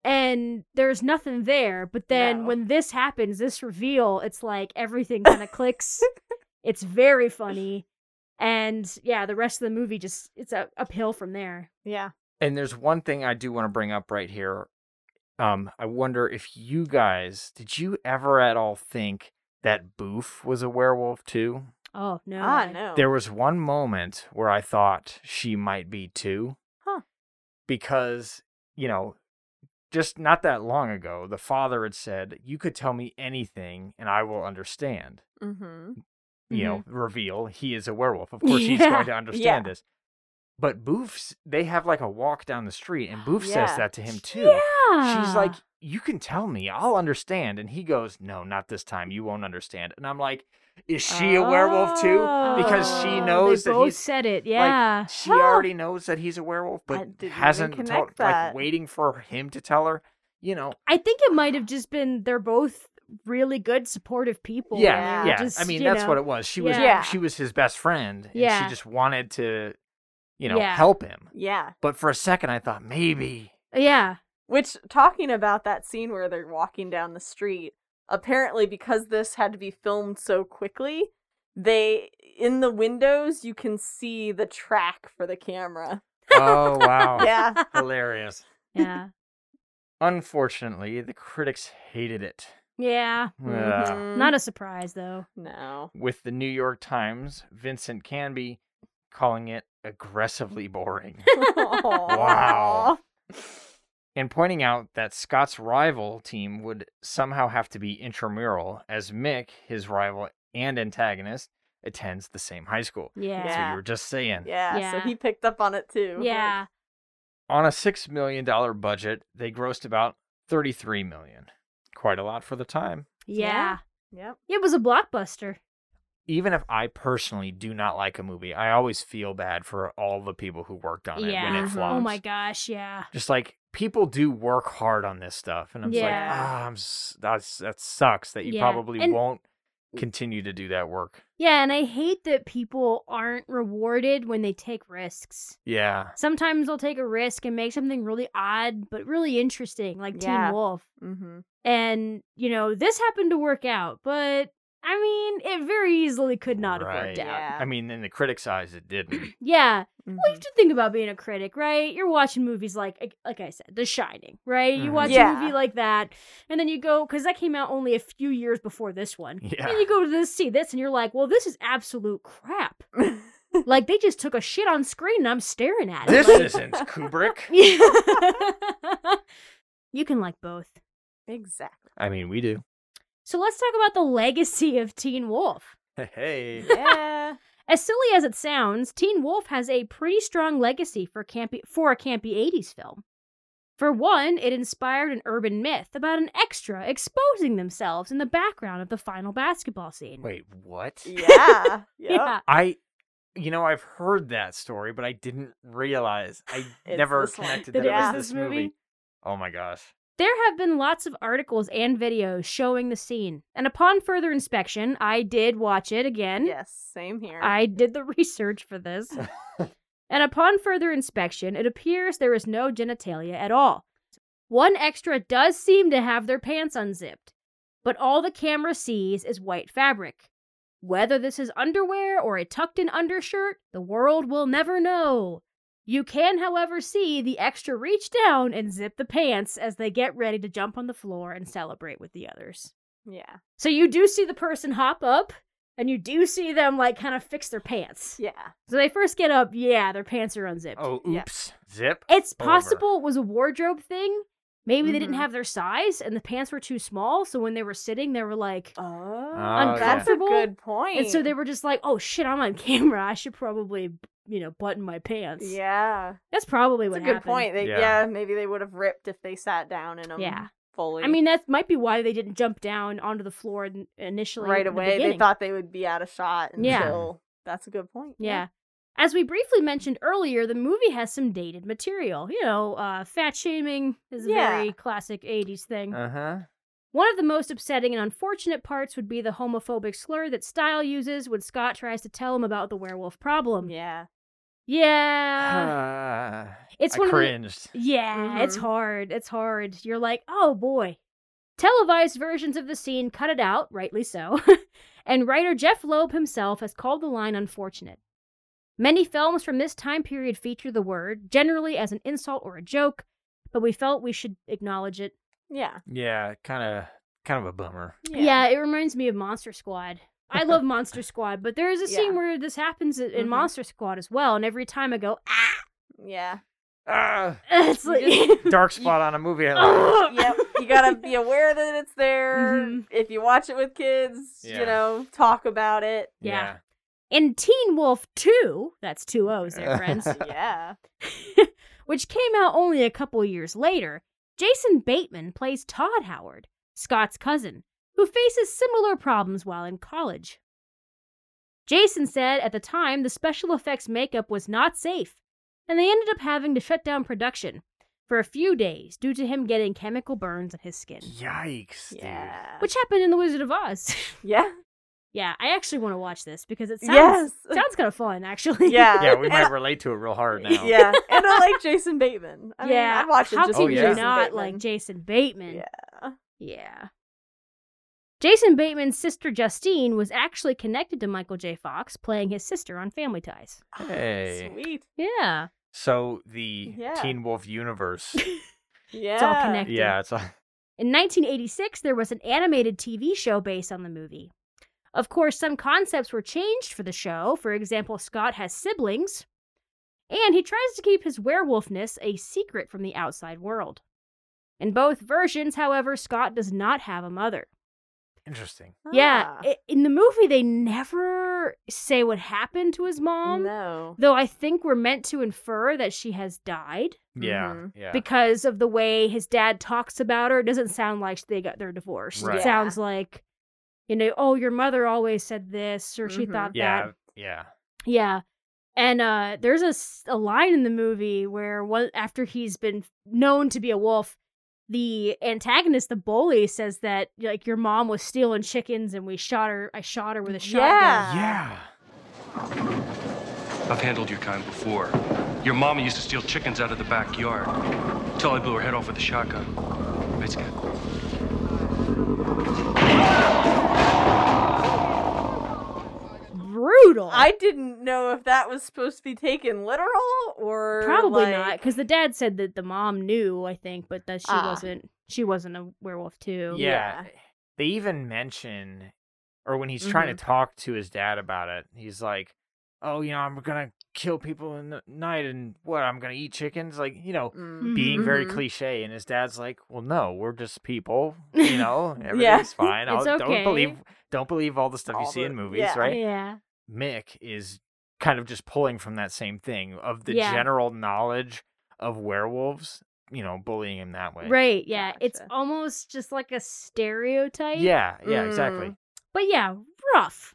S4: and there's nothing there. But then
S5: No.
S4: when this happens, this reveal, it's like everything kind of clicks. It's very funny. And yeah, the rest of the movie just it's a, uphill from there.
S5: Yeah.
S3: And there's one thing I do want to bring up right here. Um, I wonder if you guys did you ever at all think that Boof was a werewolf too?
S4: Oh no.
S5: Ah, no.
S3: There was one moment where I thought she might be too.
S5: Huh.
S3: Because, you know, just not that long ago, the father had said, You could tell me anything and I will understand.
S5: Mm-hmm.
S3: You know, reveal he is a werewolf. Of course, he's
S4: Yeah.
S3: going to understand
S5: Yeah.
S3: this. But Boof's, they have like a walk down the street and Boof
S5: Yeah.
S3: says that to him too.
S4: Yeah.
S3: She's like, You can tell me, I'll understand. And he goes, No, not this time. You won't understand. And I'm like, Is she a werewolf too? because she
S4: Oh,
S3: knows
S4: they
S3: that
S4: both
S3: he's-
S4: said it.
S3: Like,
S4: Yeah.
S3: she already knows that he's a werewolf, but
S5: didn't even
S3: hasn't told,
S5: connect
S3: like
S5: that.
S3: waiting for him to tell her. You know,
S4: I think it might have just been they're both really good supportive people.
S3: yeah,
S4: and
S3: yeah.
S4: they were Just,
S3: I mean,
S4: you
S3: that's
S4: know,
S3: what it was. She was,
S4: Yeah.
S3: she was his best friend, and
S4: Yeah.
S3: she just wanted to, you know,
S4: Yeah.
S3: help him.
S5: Yeah.
S3: But for a second, I thought maybe,
S4: Yeah.
S5: Which talking about that scene where they're walking down the street, apparently because this had to be filmed so quickly, they in the windows you can see the track for the camera.
S3: oh wow,
S5: Yeah.
S3: hilarious.
S4: Yeah.
S3: Unfortunately, the critics hated it.
S4: yeah.
S3: Ugh.
S5: Mhm.
S4: Not a surprise though.
S5: no.
S3: with the New York Times, Vincent Canby, calling it aggressively boring. Wow. and pointing out that Scott's rival team would somehow have to be intramural, as Mick, his rival and antagonist, attends the same high school.
S4: Yeah.
S3: So
S5: Yeah.
S3: you were just saying.
S5: Yeah, so
S4: Yeah.
S5: he picked up on it too.
S4: Yeah.
S3: On a six million dollar budget, they grossed about thirty-three million. Quite a lot for the time.
S4: Yeah.
S5: Yep.
S4: It was a blockbuster.
S3: Even if I personally do not like a movie, I always feel bad for all the people who worked on it when
S4: Yeah.
S5: Mm-hmm.
S3: it flops.
S4: Oh my gosh, yeah.
S3: just like people do work hard on this stuff and i'm just like
S4: Yeah.
S3: ah i'm s- that's that sucks that you
S4: Yeah.
S3: probably
S4: And- Mm.
S3: won't continue to do that work
S4: Yeah, and I hate that people aren't rewarded when they take risks.
S3: yeah
S4: Sometimes they'll take a risk and make something really odd but really interesting, like
S5: Yeah.
S4: Teen Wolf.
S5: Mm-hmm.
S4: And, you know, this happened to work out, but I mean, it very easily could not have worked
S3: Right.
S4: out.
S5: Yeah.
S3: i mean in the critic's eyes it didn't
S4: Yeah. Well,
S3: Mm-hmm.
S5: mm-hmm.
S4: you have to think about being a critic, right? You're watching movies like, like I said, The Shining, right? You
S3: Mhm.
S4: watch
S5: Yeah.
S4: a movie like that, and then you go because that came out only a few years before this one.
S3: Yeah.
S4: And you go to this, see this, and you're like, well, this is absolute crap. like they just took a shit on screen, and I'm staring at it.
S3: this
S4: Like-
S3: isn't kubrick
S4: you can like both.
S5: Exactly.
S3: i mean we do
S4: So let's talk about the legacy of Teen Wolf.
S3: hey
S5: Yeah.
S4: As silly as it sounds, Teen Wolf has a pretty strong legacy for campy for a campy 80s film. For one, it inspired an urban myth about an extra exposing themselves in the background of the final basketball scene.
S3: wait what
S5: yeah. Yep.
S4: Yeah.
S3: i you know i've heard that story but i didn't realize i
S5: It's
S3: never
S5: this one.
S3: connected
S4: That
S3: that
S5: it
S3: it was
S5: was
S4: this
S3: this movie.
S4: movie?
S3: oh my gosh
S4: There have been lots of articles and videos showing the scene, and upon further inspection, I did watch it again.
S5: Yes. Same here.
S4: I did the research for this. and upon further inspection, it appears there is no genitalia at all. One extra does seem to have their pants unzipped, but all the camera sees is white fabric. Whether this is underwear or a tucked in undershirt, the world will never know. You can, however, see the extra reach down and zip the pants as they get ready to jump on the floor and celebrate with the others.
S5: yeah.
S4: So you do see the person hop up, and you do see them like kind of fix their pants.
S5: Yeah.
S4: So they first get up, yeah, their pants are unzipped.
S3: oh
S5: Yeah.
S3: oops zip
S4: It's
S3: over.
S4: possible it was a wardrobe thing. Maybe they didn't
S5: Mhm.
S4: have their size and the pants were too small, so when they were sitting, they were like,
S5: Oh.
S3: yeah.
S5: That's a
S4: Uncomfortable.
S5: good point.
S4: and so they were just like, "Oh shit, I'm on camera. I should probably, you know, button my pants."
S5: Yeah.
S4: that's probably
S5: That's
S4: what
S5: a good
S4: happened.
S5: point. They,
S3: Yeah.
S5: yeah. Maybe they would have ripped if they sat down in them.
S4: Yeah.
S5: Fully.
S4: I mean, that might be why they didn't jump down onto the floor in- initially.
S5: right
S4: in the
S5: away they
S4: beginning.
S5: thought they would be out of shot until.
S4: Yeah.
S5: That's a good point.
S4: Yeah. As we briefly mentioned earlier, the movie has some dated material. You know, uh, fat shaming is a
S5: Yeah.
S4: very classic 80s thing.
S3: uh-huh
S4: One of the most upsetting and unfortunate parts would be the homophobic slur that Style uses when Scott tries to tell him about the werewolf problem.
S5: Yeah.
S4: Yeah. it's
S3: Ah, I
S4: one of the,
S3: cringed.
S4: Yeah, it's
S5: Mhm.
S4: hard. It's hard. You're like, oh boy. Televised versions of the scene cut it out, rightly so. and writer Jeff Loeb himself has called the line unfortunate. Many films from this time period feature the word, generally as an insult or a joke, but we felt we should acknowledge it.
S5: Yeah.
S3: Yeah, kind of, kind of a bummer.
S4: Yeah, it reminds me of Monster Squad. I love Monster Squad, but there is a scene
S5: Yeah.
S4: where this happens in in
S5: Mhm.
S4: Monster Squad as well, and every time I go, ah,
S5: Yeah.
S3: Ah,
S4: it's
S5: You
S4: like,
S3: dark spot on a movie. I love.
S4: Ugh.
S5: Yep. You gotta be aware that it's there.
S4: Mhm.
S5: If you watch it with kids,
S3: Yeah.
S5: you know, talk about it.
S4: Yeah. In Teen Wolf 2, that's two O's there, friends,
S5: Yeah.
S4: which came out only a couple years later, Jason Bateman plays Todd Howard, Scott's cousin, who faces similar problems while in college. Jason said at the time the special effects makeup was not safe, and they ended up having to shut down production for a few days due to him getting chemical burns on his skin,
S3: Yikes, dude.
S5: Yeah.
S4: which happened in The Wizard of Oz.
S5: Yeah.
S4: yeah, I actually want to watch this because it sounds
S5: Yes.
S4: sounds kind of fun, actually.
S5: Yeah.
S3: Yeah, we
S5: And
S3: might relate to it real hard now.
S5: Yeah, and I like Jason Bateman. I
S4: yeah,
S5: mean, I'd watch it
S4: how
S5: just
S4: could
S5: for
S3: for
S4: you
S3: Jason
S4: not
S5: Bateman.
S4: like Jason Bateman?
S5: Yeah.
S4: Yeah. Jason Bateman's sister Justine was actually connected to Michael J. Fox, playing his sister on Family Ties.
S3: Hey.
S5: Sweet.
S4: Yeah,
S3: So the
S5: Yeah.
S3: Teen Wolf universe.
S5: Yeah.
S4: it's all connected.
S3: yeah, it's uh, a,
S4: In 1986, there was an animated TV show based on the movie. Of course, some concepts were changed for the show. For example, Scott has siblings, and he tries to keep his werewolfness a secret from the outside world. In both versions, however, Scott does not have a mother.
S3: interesting.
S4: Yeah,
S5: Ah.
S4: i in the movie, they never say what happened to his mom,
S5: no.
S4: though I think we're meant to infer that she has died
S3: Yeah,
S5: Mhm.
S3: yeah.
S4: because of the way his dad talks about her. It doesn't sound like they got their divorce.
S3: Right.
S4: It sounds like, you know, oh, your mother always said this or she
S5: Mhm.
S4: thought
S3: yeah,
S4: that.
S3: yeah.
S4: Yeah. And uh, there's a, s- a line in the movie where one, after he's been known to be a wolf, the antagonist, the bully, says that like your mom was stealing chickens and we shot her. I shot her with a shotgun.
S5: Yeah.
S3: Yeah.
S6: I've handled your kind before. Your mama used to steal chickens out of the backyard till I blew her head off with a shotgun. Wait, Scott.
S4: Brutal.
S5: I didn't know if that was supposed to be taken literal or
S4: Probably
S5: like-
S4: not, because the dad said that the mom knew, I think, but that she
S5: Ah.
S4: wasn't. She wasn't a werewolf too.
S3: Yeah. They even mention, or when he's trying
S5: Mm-hmm.
S3: to talk to his dad about it, he's like, oh, you know, I'm going to kill people in the night and what? I'm going to eat chickens? Like, you know,
S5: Mm.
S3: being very
S5: Mhm.
S3: cliche. And his dad's like, well, no, we're just people. You know, everything's fine.
S4: It's
S3: I'll-
S4: okay.
S3: Don't believe. Don't believe all the stuff you
S5: All
S3: see
S5: the-
S3: in movies,
S5: yeah.
S3: right?
S4: Yeah.
S3: Mick is kind of just pulling from that same thing of the
S4: Yeah.
S3: general knowledge of werewolves, you know, bullying him that way.
S4: Right. Yeah. It's
S5: Gotcha.
S4: almost just like a stereotype.
S3: Yeah, yeah, exactly.
S5: Mm.
S4: But yeah, rough.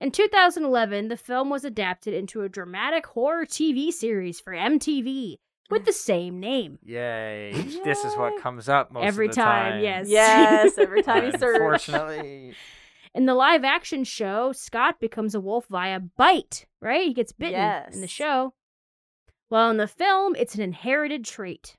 S4: In 2011, the film was adapted into a dramatic horror TV series for MTV with the same name.
S3: Yay. This is what
S5: Yay.
S3: comes up most of
S4: Every
S3: the
S4: time,
S3: time,
S4: yes.
S5: Yes, every time you search.
S3: Unfortunately.
S4: In the live action show, Scott becomes a wolf via bite, right? He gets bitten in the
S5: Yes.
S4: show. Well, in the film, it's an inherited trait.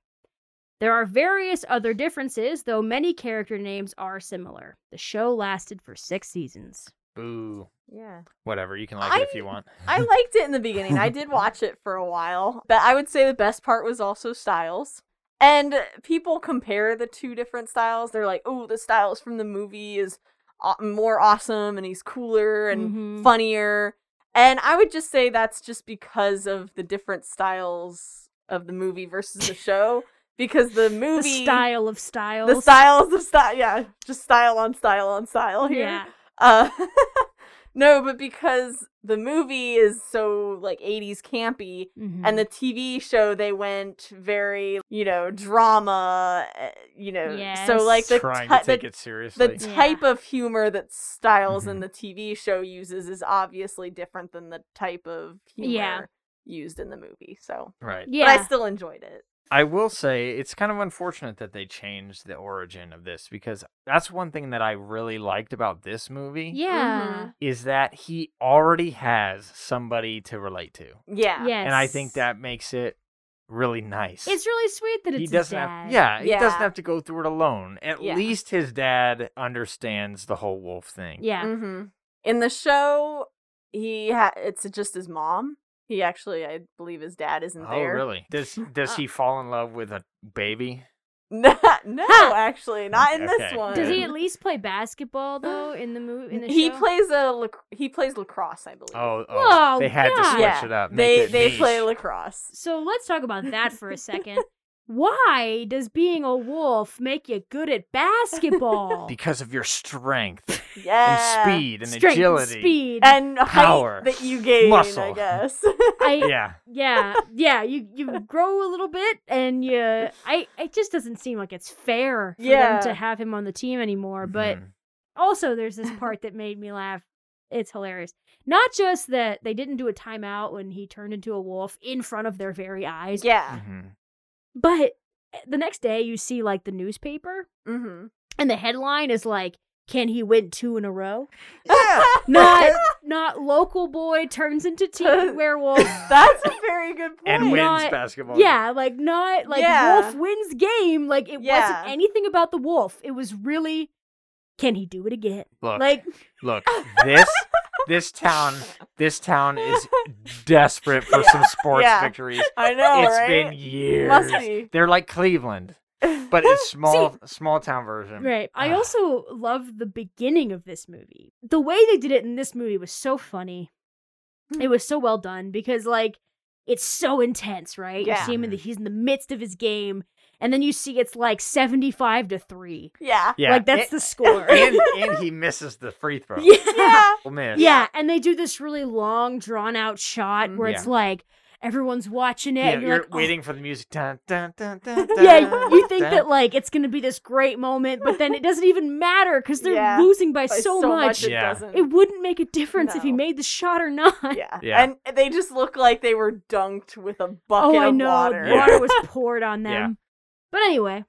S4: There are various other differences, though many character names are similar. The show lasted for six seasons.
S3: Boo.
S5: Yeah.
S3: Whatever, you can like it if you want.
S5: I liked it in the beginning. I did watch it for a while, but I would say the best part was also styles. And people compare the two different styles. They're like, "Oh, the styles from the movie is aw- more awesome and he's cooler and
S4: Mhm.
S5: funnier." And I would just say that's just because of the different styles of the movie versus the show because the
S4: The
S5: movie
S4: style of styles.
S5: the styles of style yeah, just style on style on style here.
S4: Yeah.
S5: Uh, no, but because the movie is so like 80s campy,
S4: Mhm.
S3: Mm-hmm.
S5: and the TV show they went very, you know, drama, uh, you know, so like
S4: Yes.
S5: the
S3: Trying
S5: ti-
S3: to take
S5: the,
S3: it
S5: the
S3: seriously. Mm-hmm.
S4: Yeah.
S5: type of humor that Styles in the TV show uses is obviously different than the type of humor
S4: Yeah.
S5: used in the movie. So,
S3: right.
S4: yeah.
S5: but I still enjoyed it.
S3: I will say it's kind of unfortunate that they changed the origin of this because that's one thing that I really liked about this movie
S5: Mm-hmm.
S4: Yeah.
S3: is that he already has somebody to relate to.
S5: Yeah.
S4: Yes.
S3: And I think that makes it really nice.
S4: it's really sweet that it's
S3: he
S4: his
S3: doesn't
S4: dad.
S3: have yeah, he
S5: Yeah.
S3: doesn't have to go through it alone. At
S5: Yeah.
S3: least his dad understands the whole wolf thing.
S4: Yeah.
S5: hmm In the show, he ha- it's just his mom. He actually, I believe, his dad isn't
S3: Oh
S5: there.
S3: really? Does
S4: Uh
S3: does he fall in love with a baby?
S5: no, no, actually, not in this
S3: Okay.
S5: one.
S4: Does he at least play basketball though in the movie? In the
S5: he
S4: show?
S5: plays a lac- he plays lacrosse, I believe.
S3: Oh, oh
S4: Whoa,
S3: they had to
S4: God.
S3: switch
S5: yeah.
S3: it up. make
S5: They
S3: it
S5: they
S3: niche.
S5: play lacrosse.
S4: So let's talk about that for a second. Why does being a wolf make you good at basketball?
S3: because of your strength
S5: Yeah.
S3: and speed and
S4: Uh, Strength,
S3: agility.
S4: speed.
S5: and
S3: Power.
S5: power that you gain, I
S3: Muscle.
S5: guess.
S4: I, yeah.
S3: Yeah.
S4: yeah, You you grow a little bit, and you. I it just doesn't seem like it's fair for
S5: Yeah.
S4: them to have him on the team anymore. But
S3: Mhm.
S4: also, there's this part that made me laugh. It's hilarious. Not just that they didn't do a timeout when he turned into a wolf in front of their very eyes,
S5: yeah.
S3: Mhm.
S4: but eh, the next day you see like the newspaper
S5: Mm-hmm.
S4: and the headline is like can he win two in a row
S3: yeah.
S4: not not local boy turns into teen werewolf
S5: That's a very good point.
S3: And wins
S4: Not-
S3: basketball.
S4: yeah like not like
S5: Yeah.
S4: wolf wins game like it
S5: Yeah.
S4: wasn't anything about the wolf it was really can he do it again
S3: Look,
S4: like
S3: look, this this town this town is desperate for some sports
S5: Yeah.
S3: victories.
S5: I know,
S3: It's
S5: right?
S3: been years.
S5: Must be.
S3: They're like Cleveland, but it's small small town version.
S4: right i
S3: Ah.
S4: also love the beginning of this movie the way they did it in this movie was so funny it was so well done because like it's so intense right you
S5: Yeah.
S4: see him in the, he's in the midst of his game and then you see it's like 75 to 3
S5: yeah.
S3: Yeah.
S4: like that's
S3: and,
S4: the score
S3: and, and he misses the free throw.
S4: yeah.
S5: Yeah.
S3: Will miss.
S4: Yeah, and they do this really long, drawn out shot where it's
S3: Yeah.
S4: like everyone's watching it,
S3: Yeah,
S4: and
S3: you're,
S4: you're, like, oh.
S3: waiting for the music. Dun, dun, dun, dun,
S4: Yeah,
S3: dun,
S4: you think
S3: dun.
S4: that like it's gonna be this great moment, but then it doesn't even matter because they're
S5: Yeah,
S4: losing by,
S5: By
S4: so, much.
S5: it
S3: Yeah.
S5: doesn't.
S4: It wouldn't make a difference if he
S5: No.
S4: made the shot or not.
S5: yeah.
S3: Yeah.
S5: And they just look like they were dunked with a
S4: Oh,
S5: bucket
S4: I
S5: of
S4: know.
S5: water.
S3: Yeah.
S4: was poured on them.
S3: Yeah.
S4: But anyway,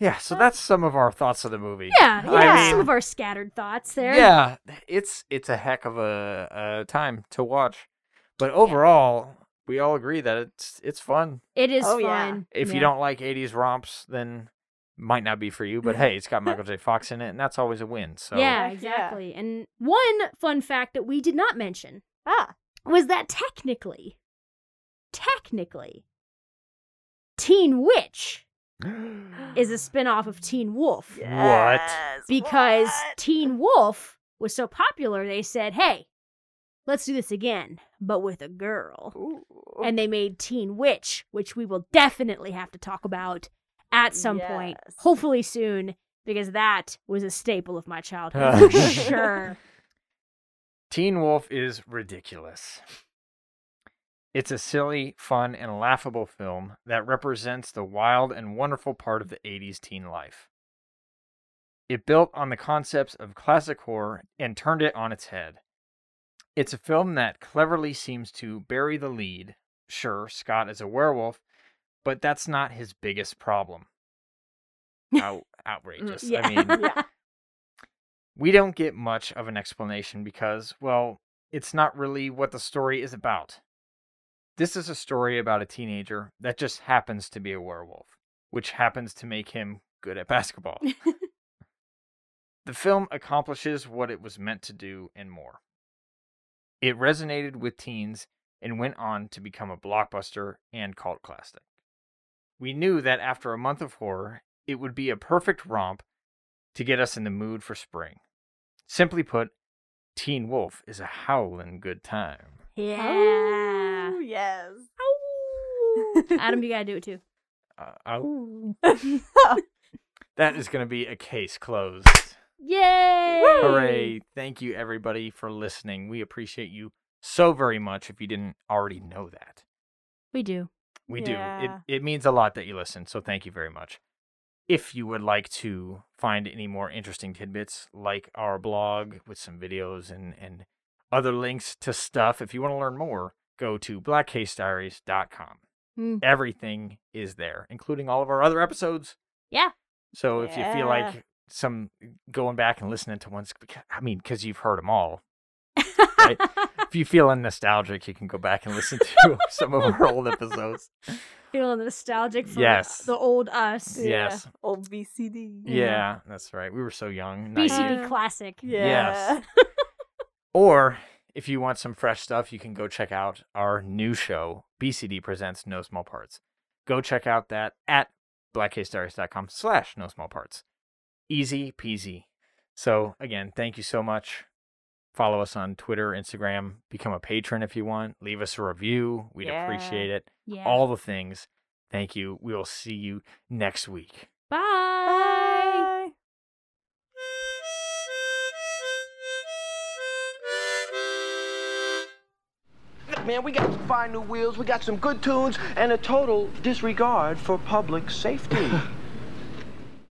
S3: Yeah, so that's some of our thoughts of the movie.
S4: yeah,
S3: I
S4: yeah,
S3: mean-
S4: some of our scattered thoughts there.
S3: Yeah, it's it's a heck of a, a time to watch, but overall, we all agree that it's it's fun.
S4: It is
S5: Oh,
S4: fun.
S5: yeah.
S3: If you
S4: Yeah.
S3: don't like '80s romps, then might not be for you. But hey, it's got Michael J. Fox in it, and that's always a win. So
S4: Yeah,
S5: Heck yeah.
S4: exactly. And one fun fact that we did not mention
S5: Ah.
S4: was that technically, technically, Teen Witch is a spinoff of Teen Wolf
S5: Yes,
S4: because
S5: what?
S4: Teen Wolf was so popular, they said, hey, let's do this again, but with a girl.
S5: Ooh.
S4: And they made Teen Witch, which we will definitely have to talk about at some point,
S5: Yes.
S4: hopefully soon, because that was a staple of my childhood for sure.
S3: Teen Wolf is ridiculous. It's a silly, fun, and laughable film that represents the wild and wonderful part of the 80s teen life. It built on the concepts of classic horror and turned it on its head. It's a film that cleverly seems to bury the lead. Sure, Scott is a werewolf, but that's not his biggest problem. How outrageous.
S4: Mm, Yeah.
S3: I mean,
S5: yeah.
S3: we don't get much of an explanation because, well, it's not really what the story is about. This is a story about a teenager that just happens to be a werewolf, which happens to make him good at basketball. the film accomplishes what it was meant to do and more. It resonated with teens and went on to become a blockbuster and cult classic. We knew that after a month of horror, it would be a perfect romp to get us in the mood for spring. Simply put, Teen Wolf is a howling good time.
S4: Yeah.
S5: Ooh, yes.
S4: uh, Adam, you gotta do it too.
S3: Uh, ow.
S5: Oh,
S3: that is going to be a case closed.
S4: Yay!
S3: Hooray. Thank you, everybody, for listening. We appreciate you so very much if you didn't already know that.
S4: We do.
S3: We
S5: Yeah.
S3: do. It, it means a lot that you listen, so thank you very much. If you would like to find any more interesting tidbits, like our blog with some videos and, and other links to stuff, if you want to learn more, go to blackcasediaries.com.
S4: Hmm.
S3: Everything is there, including all of our other episodes.
S4: Yeah.
S3: So if you feel
S5: Yeah.
S3: like some uh, going back and listening to ones, I mean, because you've heard them all. Right. If you feel nostalgic, you can go back and listen to some of our old episodes.
S4: Feeling nostalgic for
S3: Yes.
S4: the old us.
S3: Yes.
S5: Old VCD.
S3: Yeah, that's right. We were so young. naive.
S4: BCD classic.
S5: Yeah.
S3: Or if you want some fresh stuff, you can go check out our new show, BCD Presents No Small Parts. Go check out that at blackcasediaries.com slash no small parts. Easy peasy. So again, thank you so much. Follow us on Twitter, Instagram, become a patron if you want. Leave us a review. We'd
S5: Yeah.
S3: appreciate it.
S4: Yeah.
S3: All the things. Thank you. We will see you next week.
S4: Bye.
S5: Bye.
S8: Man, we got to buy new wheels. We got some good tunes and a total disregard for public safety.